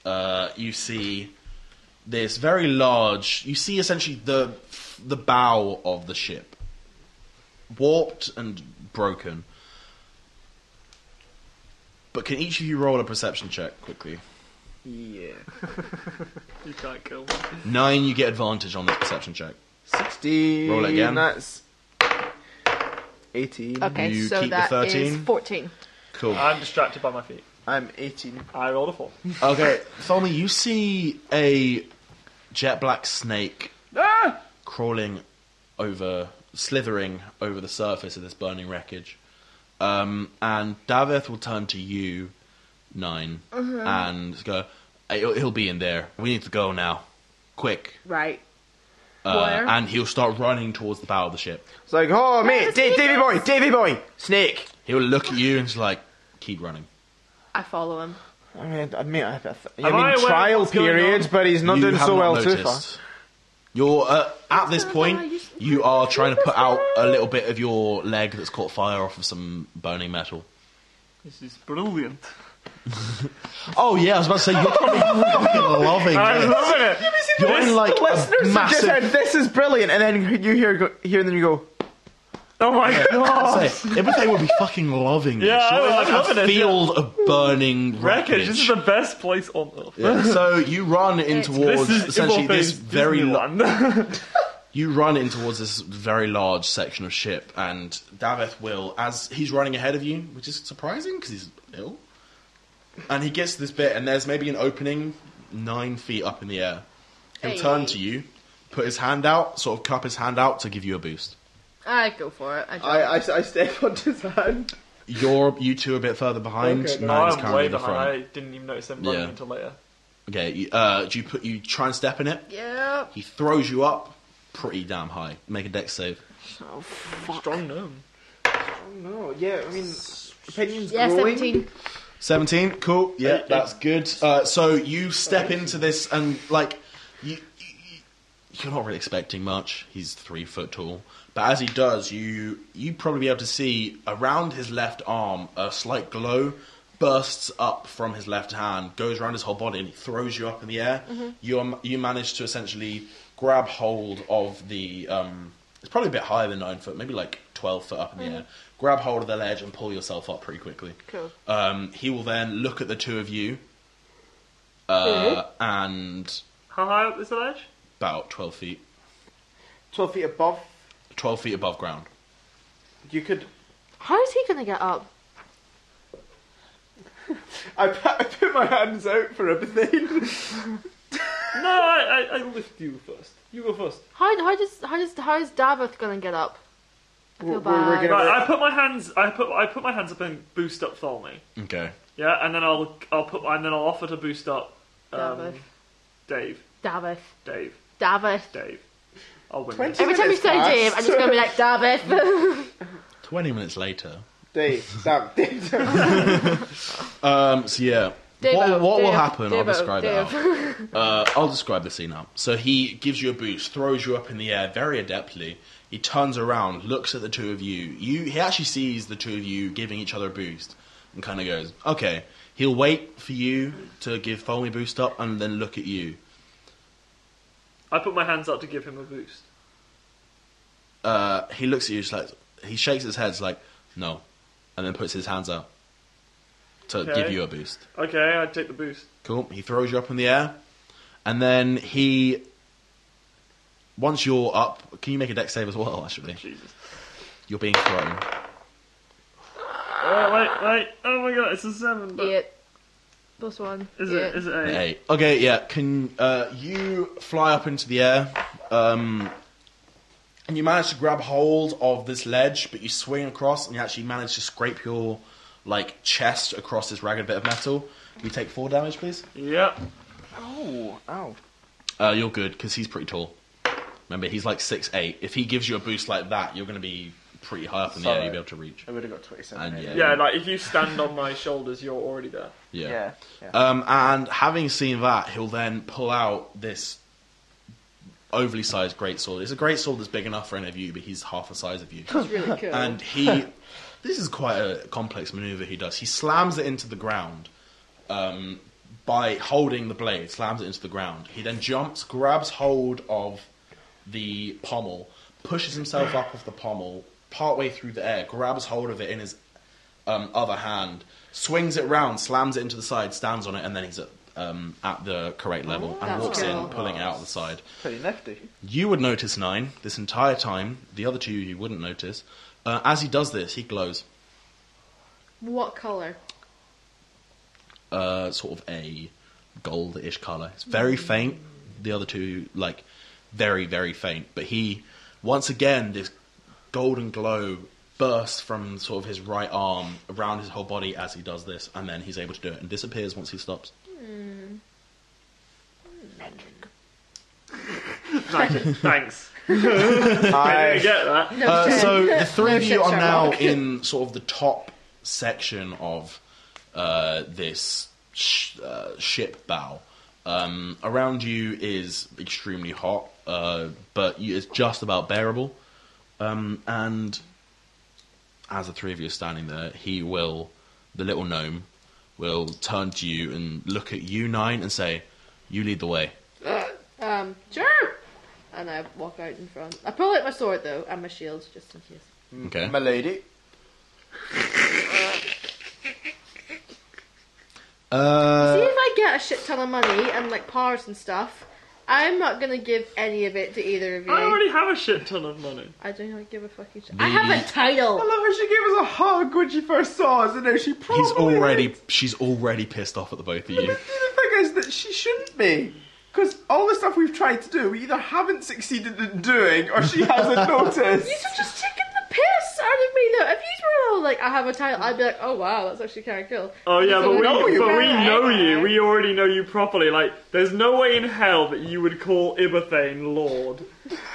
S4: uh, you see this very large. You see essentially the the bow of the ship, warped and broken. But can each of you roll a perception check quickly?
S6: Yeah.
S1: you can't kill.
S4: Nine, you get advantage on this perception check.
S6: Sixteen.
S4: Roll it again.
S6: That's eighteen.
S7: okay,
S4: You
S7: so
S4: keep the
S7: that is
S4: 13?
S7: fourteen.
S4: Cool.
S1: I'm distracted by my feet.
S6: I'm eighteen.
S1: I rolled a four.
S4: Okay, Thelma, you see a jet black snake
S1: Ah!
S4: crawling over, slithering over the surface of this burning wreckage. Um, and Davith will turn to you, 9 and go, he'll, he'll be in there. We need to go now. Quick.
S7: Right.
S4: Uh,
S7: Where?
S4: and he'll start running towards the bow of the ship.
S6: It's like, oh mate,
S7: it's
S6: da-
S7: me,
S6: Davy
S7: guys.
S6: boy, Davy boy, snake.
S4: He'll look at you and just like, keep running.
S7: I follow him.
S6: I mean, I mean, I, I, I
S1: Am I aware
S6: mean
S1: of
S6: trial
S1: what's going on?
S6: period, but he's not
S4: You
S6: doing
S4: have
S6: so
S4: not
S6: well too
S4: noticed.
S6: far.
S4: You're uh, at this
S7: not
S4: point.
S7: how you-
S4: You are trying to put out a little bit of your leg that's caught fire off of some burning metal.
S1: This is brilliant.
S4: Oh yeah, I was about to say you're probably fucking loving
S1: I'm
S4: this.
S1: loving it.
S4: You're in like
S6: The listeners
S4: a
S6: have just
S4: massive
S6: said this is brilliant, and then you hear go, here, and then you go.
S1: Oh my god.
S4: I'd say, everything would be fucking loving this.
S1: Yeah, I
S4: You're in
S1: would-
S4: like
S1: I'm loving
S4: a
S1: it,
S4: field of burning
S1: Wreckage. This is the best place on earth.
S4: Yeah, so you run in
S7: It's-
S4: towards
S1: This is
S4: essentially
S1: Ibbothane's
S4: this very lo-
S1: Disneyland.
S4: you run in towards this very large section of ship, and Daveth will as he's running ahead of you, which is surprising because he's ill. And he gets to this bit, and there's maybe an opening nine feet up in the air. He'll
S7: Hey.
S4: turn to you, put his hand out, sort of cup his hand out to give you a boost.
S7: I go for it. I, jump.
S6: I, I, I step onto his hand.
S4: You're you two are a bit further behind.
S6: Okay, no,
S1: no,
S4: Nine's
S1: I'm
S4: currently
S1: way
S4: in the
S1: behind.
S4: front.
S1: I didn't even notice them running
S4: Yeah.
S1: until later.
S4: Okay, you, uh, do you put you try and step in it?
S7: yeah.
S4: He throws you up pretty damn high. Make a deck save.
S1: Strong gnome.
S6: No, yeah, I mean, opinions
S7: Yeah,
S6: growing.
S7: seventeen.
S4: 17 cool yeah that's good uh, so you step into this and like you, you- you're not really expecting much he's three foot tall but as he does you you probably be able to see around his left arm a slight glow bursts up from his left hand goes around his whole body and he throws you up in the air you um, you manage to essentially grab hold of the um, it's probably a bit higher than nine foot maybe like 12 foot up in the air grab hold of the ledge and pull yourself up pretty quickly
S7: Cool.
S4: um, he will then look at the two of you, uh, and
S1: How high up is the ledge?
S4: about twelve feet,
S6: Twelve feet above,
S4: twelve feet above ground.
S6: you could.
S7: How is he gonna get up?
S6: I, put- I put my hands out for everything.
S1: No, I, I, I lift you first. You go first.
S7: How, how does how does how is Davith gonna get up? I feel
S6: We're- we're
S7: bad.
S6: gonna-
S1: Right, I put my hands. I put I put my hands up and boost up Tholme.
S4: Okay.
S1: Yeah, and then I'll I'll put and then I'll offer to boost up um,
S7: Davith.
S1: Dave.
S7: Davith.
S1: Dave.
S7: Davith.
S1: Dave. I'll win.
S6: Twenty
S1: this.
S7: Every time you
S6: minutes
S7: say
S6: passed.
S7: Dave, I'm just gonna be like Davith.
S4: 20 minutes later.
S6: Dave, damn, Dave, damn.
S4: Um, so yeah.
S7: Dave
S4: what
S7: out,
S4: what will
S7: Dave,
S4: happen? I'll
S7: Dave out,
S4: describe it
S7: Dave.
S4: out. Uh, I'll describe the scene up. So he gives you a boost, throws you up in the air very adeptly. He turns around, looks at the two of you. You, he actually sees the two of you giving each other a boost, and kind of goes, "Okay." He'll wait for you to give Foley a boost up, and then look at you.
S1: I put my hands up to give him a boost.
S4: Uh, he looks at you, just like he shakes his head, it's like no, and then puts his hands up to give
S1: Okay.
S4: you a boost.
S1: Okay, I take the boost.
S4: Cool. He throws you up in the air, and then he. Once you're up, can you make a deck save as well? Actually,
S1: Jesus.
S4: you're being thrown.
S1: Oh wait, wait. Oh my god, it's a seven. But
S7: Eight. Plus one.
S1: Is
S7: Eight.
S1: it? Is it eight?
S4: Hey. Okay. Yeah. Can uh, you fly up into the air? Um, and you manage to grab hold of this ledge, but you swing across, and you actually manage to scrape your like chest across this ragged bit of metal. You take four damage, please.
S1: Yeah.
S2: Oh, ow.
S4: Uh, you're good because he's pretty tall. Remember, he's like six eight. If he gives you a boost like that, you're going to be pretty high up in the air.
S6: Sorry.
S4: You'll be able to reach.
S6: I would have got twenty-seven.
S4: And
S6: maybe.
S4: yeah,
S1: Yeah, like if you stand on my shoulders, you're already there.
S4: yeah.
S6: yeah, yeah.
S4: Um, and having seen that, he'll then pull out this overly sized greatsword. It's a greatsword that's big enough for any of you, but he's half the size of you.
S7: It's really cool.
S4: and he, this is quite a complex maneuver he does. He slams it into the ground um, by holding the blade, slams it into the ground. He then jumps, grabs hold of the pommel, pushes himself up off the pommel, partway through the air, grabs hold of it in his um, other hand, swings it round, slams it into the side, stands on it, and then he's at, um, at the correct level and
S7: Oh, That's
S4: walks
S7: cool.
S4: in, pulling it out of the side.
S6: pretty nifty.
S4: You would notice nine this entire time. The other two you wouldn't notice. Uh, as he does this, he glows,
S7: what color?
S4: uh, sort of a gold-ish color. It's very faint. The other two, like, very very faint. But he, once again, this golden glow bursts from sort of his right arm around his whole body as he does this, and then he's able to do it and disappears once he stops.
S1: Magic. Thanks. I
S2: I,
S1: didn't get that.
S7: No
S4: Uh,
S7: shit.
S4: so the three of you
S7: shit,
S4: are now
S7: Sherlock.
S4: in sort of the top section of uh, this sh- uh, ship bow. Um, around you is extremely hot, uh, but you, it's just about bearable. Um, and as the three of you are standing there, he will, the little gnome, will turn to you and look at you nine and say, "You lead the way."
S7: Um, sure. And I walk out in front. I pull out my sword though and my shield just in case.
S4: Okay.
S6: My lady,
S4: Uh,
S7: See if I get a shit ton of money and like powers and stuff. I'm not gonna give any of it to either of you.
S1: I already have a shit ton of money.
S7: I do not give a fucking shit. I have a title.
S6: I love how she gave us a hug when she first saw us, and now she probably
S4: He's already, she's already pissed off at the both of you.
S6: The thing is that she shouldn't be. Because all the stuff we've tried to do, we either haven't succeeded in doing, or she hasn't
S7: You
S6: noticed.
S7: are just taking the piss out of me though. If you were all like, I have a title, I'd be like, oh wow, that's actually kind of cool.
S1: Oh yeah, but
S7: So
S1: we
S7: know you,
S1: but we
S7: right?
S1: know you. We already know you properly. Like, there's no way in hell that you would call Ibathane Lord.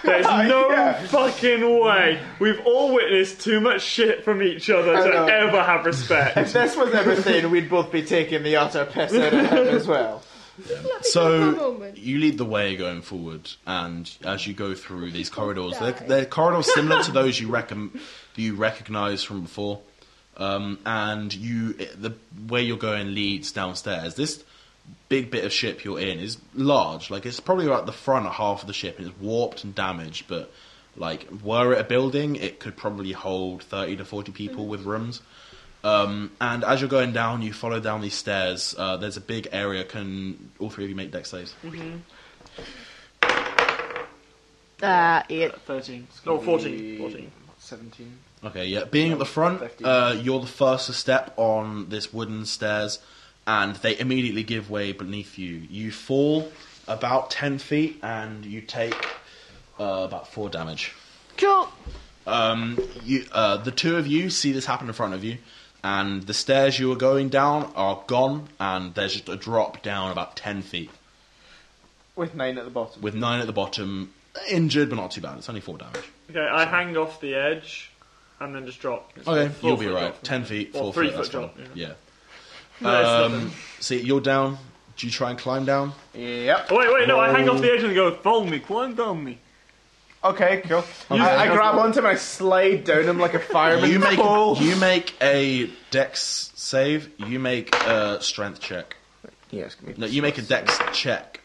S1: There's no
S6: Yeah.
S1: fucking way. We've all witnessed too much shit from each other
S6: I
S1: to
S6: know.
S1: ever have
S6: If
S1: respect.
S6: this was everything, we'd both be taking the utter piss out of him as well.
S7: Let me have my
S4: So
S7: moment.
S4: you lead the way going forward, and as you go through these corridors, they're, they're corridors similar to those you recom- you recognise from before. Um, and you, the way you're going leads downstairs. This big bit of ship you're in is large, like it's probably about the front half of the ship, and it's warped and damaged. But like, were it a building, it could probably hold thirty to forty people with rooms. Um, and as you're going down, you follow down these stairs. Uh, there's a big area. Can all three of you make deck saves?
S7: Uh, it.
S6: 13.
S1: No, 14, 14.
S6: 17.
S4: Okay, yeah. Being at the front,
S6: Fifteen.
S4: uh, you're the first to step on this wooden stairs, and they immediately give way beneath you. You fall about 10 feet, and you take uh, about 4 damage.
S7: Cool.
S4: Um, you, uh, the two of you see this happen in front of you, and the stairs you were going down are gone, and there's just a drop down about 10 feet,
S6: With nine at the bottom.
S4: with 9 at the bottom, injured but not too bad. It's only 4 damage.
S8: Okay, I hanged off the edge and then just dropped. It's
S4: Okay,
S8: like four
S4: you'll be
S8: foot
S4: right.
S8: drop.
S4: Ten feet,
S8: Or
S4: four
S8: three
S4: feet. that's
S8: foot
S4: fine.
S8: drop,
S4: Yeah.
S8: No, it's
S4: Um,
S8: nothing.
S4: see, you're down. Do you try and climb down?
S6: Yep.
S8: Oh, wait, wait, no, I hang off the edge.
S1: Agent go, follow me, climb down me.
S6: Okay, cool. I, I grab onto him and I slide down him like a fireman.
S4: You make
S6: pole.
S4: you make a dex save. You make a strength check.
S2: Yes, give me
S4: No, you make a dex check.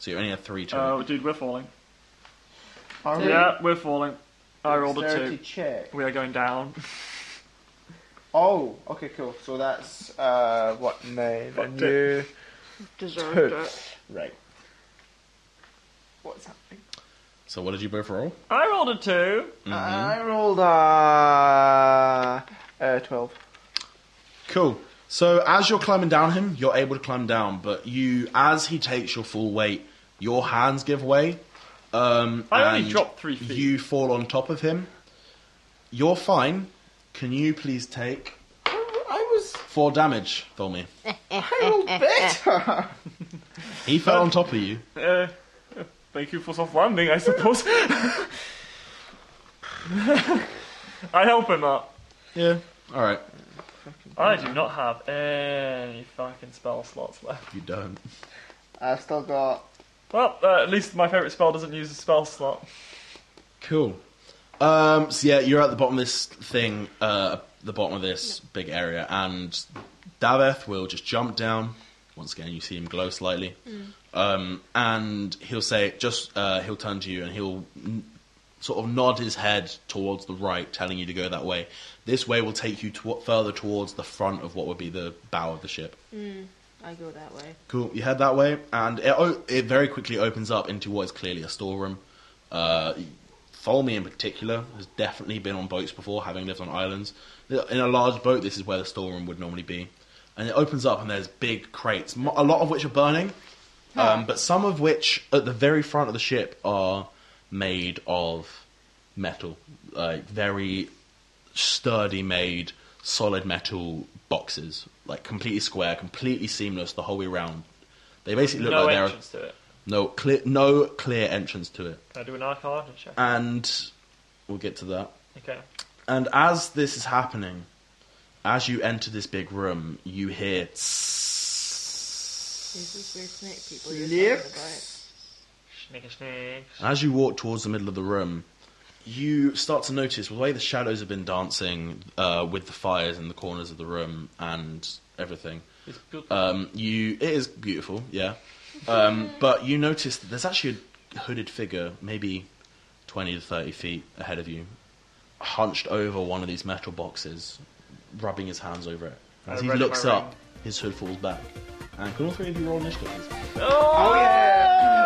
S4: So you only have three. to
S1: Oh, dude, we're falling.
S6: Are we-
S1: Yeah, we're falling. I rolled a
S6: Dexterity
S1: two.
S6: check.
S1: We are going down.
S6: Oh, okay, cool. So that's uh, what nine? And you...
S7: Deserved it.
S6: Right. What's happening?
S4: So what did you both roll?
S1: I rolled a two.
S6: I rolled a uh, twelve.
S4: Cool. So as you're climbing down him, you're able to climb down, but you, as he takes your full weight, your hands give way. Um,
S1: I only
S4: and
S1: dropped three feet.
S4: You fall on top of him. You're fine. Can you please take
S6: I was.
S4: four damage for me?
S6: I rolled better.
S4: He fell on top of you.
S1: Uh, thank you for soft landing, I suppose. I help him up.
S4: Yeah. All right.
S1: I do not have any fucking spell slots left.
S4: You don't.
S6: I've still got.
S1: Well, uh, at least my favourite spell doesn't use a spell slot.
S4: Cool. Um, so yeah, you're at the bottom of this thing, uh, the bottom of this big area, and Daveth will just jump down. Once again, you see him glow slightly, um, and he'll say, "Just." Uh, he'll turn to you and he'll n- sort of nod his head towards the right, telling you to go that way. This way will take you to- further towards the front of what would be the bow of the ship.
S7: I go that way.
S4: Cool. You head that way, and it, o- it very quickly opens up into what is clearly a storeroom. Uh, Folmy, in particular, has definitely been on boats before, having lived on islands. In a large boat, this is where the storeroom would normally be. And it opens up, and there's big crates, mo- a lot of which are burning,
S1: Ah.
S4: um, but some of which, at the very front of the ship, are made of metal. Like, very sturdy made solid metal boxes, like completely square, completely seamless the whole way round. They basically look
S1: no
S4: like they're
S1: entrance to it.
S4: no clear, no clear entrance to it.
S1: Can I do an arcana check?
S4: And we'll get to that.
S1: Okay.
S4: And as this is happening, as you enter this big room, you hear. tss.
S7: These these weird snake people you're talking about.
S1: Snake, snake.
S4: And As you walk towards the middle of the room, you start to notice the way the shadows have been dancing uh, with the fires in the corners of the room and everything.
S1: It's good.
S4: Um, you, it is beautiful, yeah. Um, but you notice that there's actually a hooded figure, maybe 20 to 30 feet ahead of you, hunched over one of these metal boxes, rubbing his hands over it. As
S1: I
S4: he
S1: read
S4: looks
S1: my
S4: up, his hood falls back. And can all three of you roll initiative? please?
S6: Oh yeah.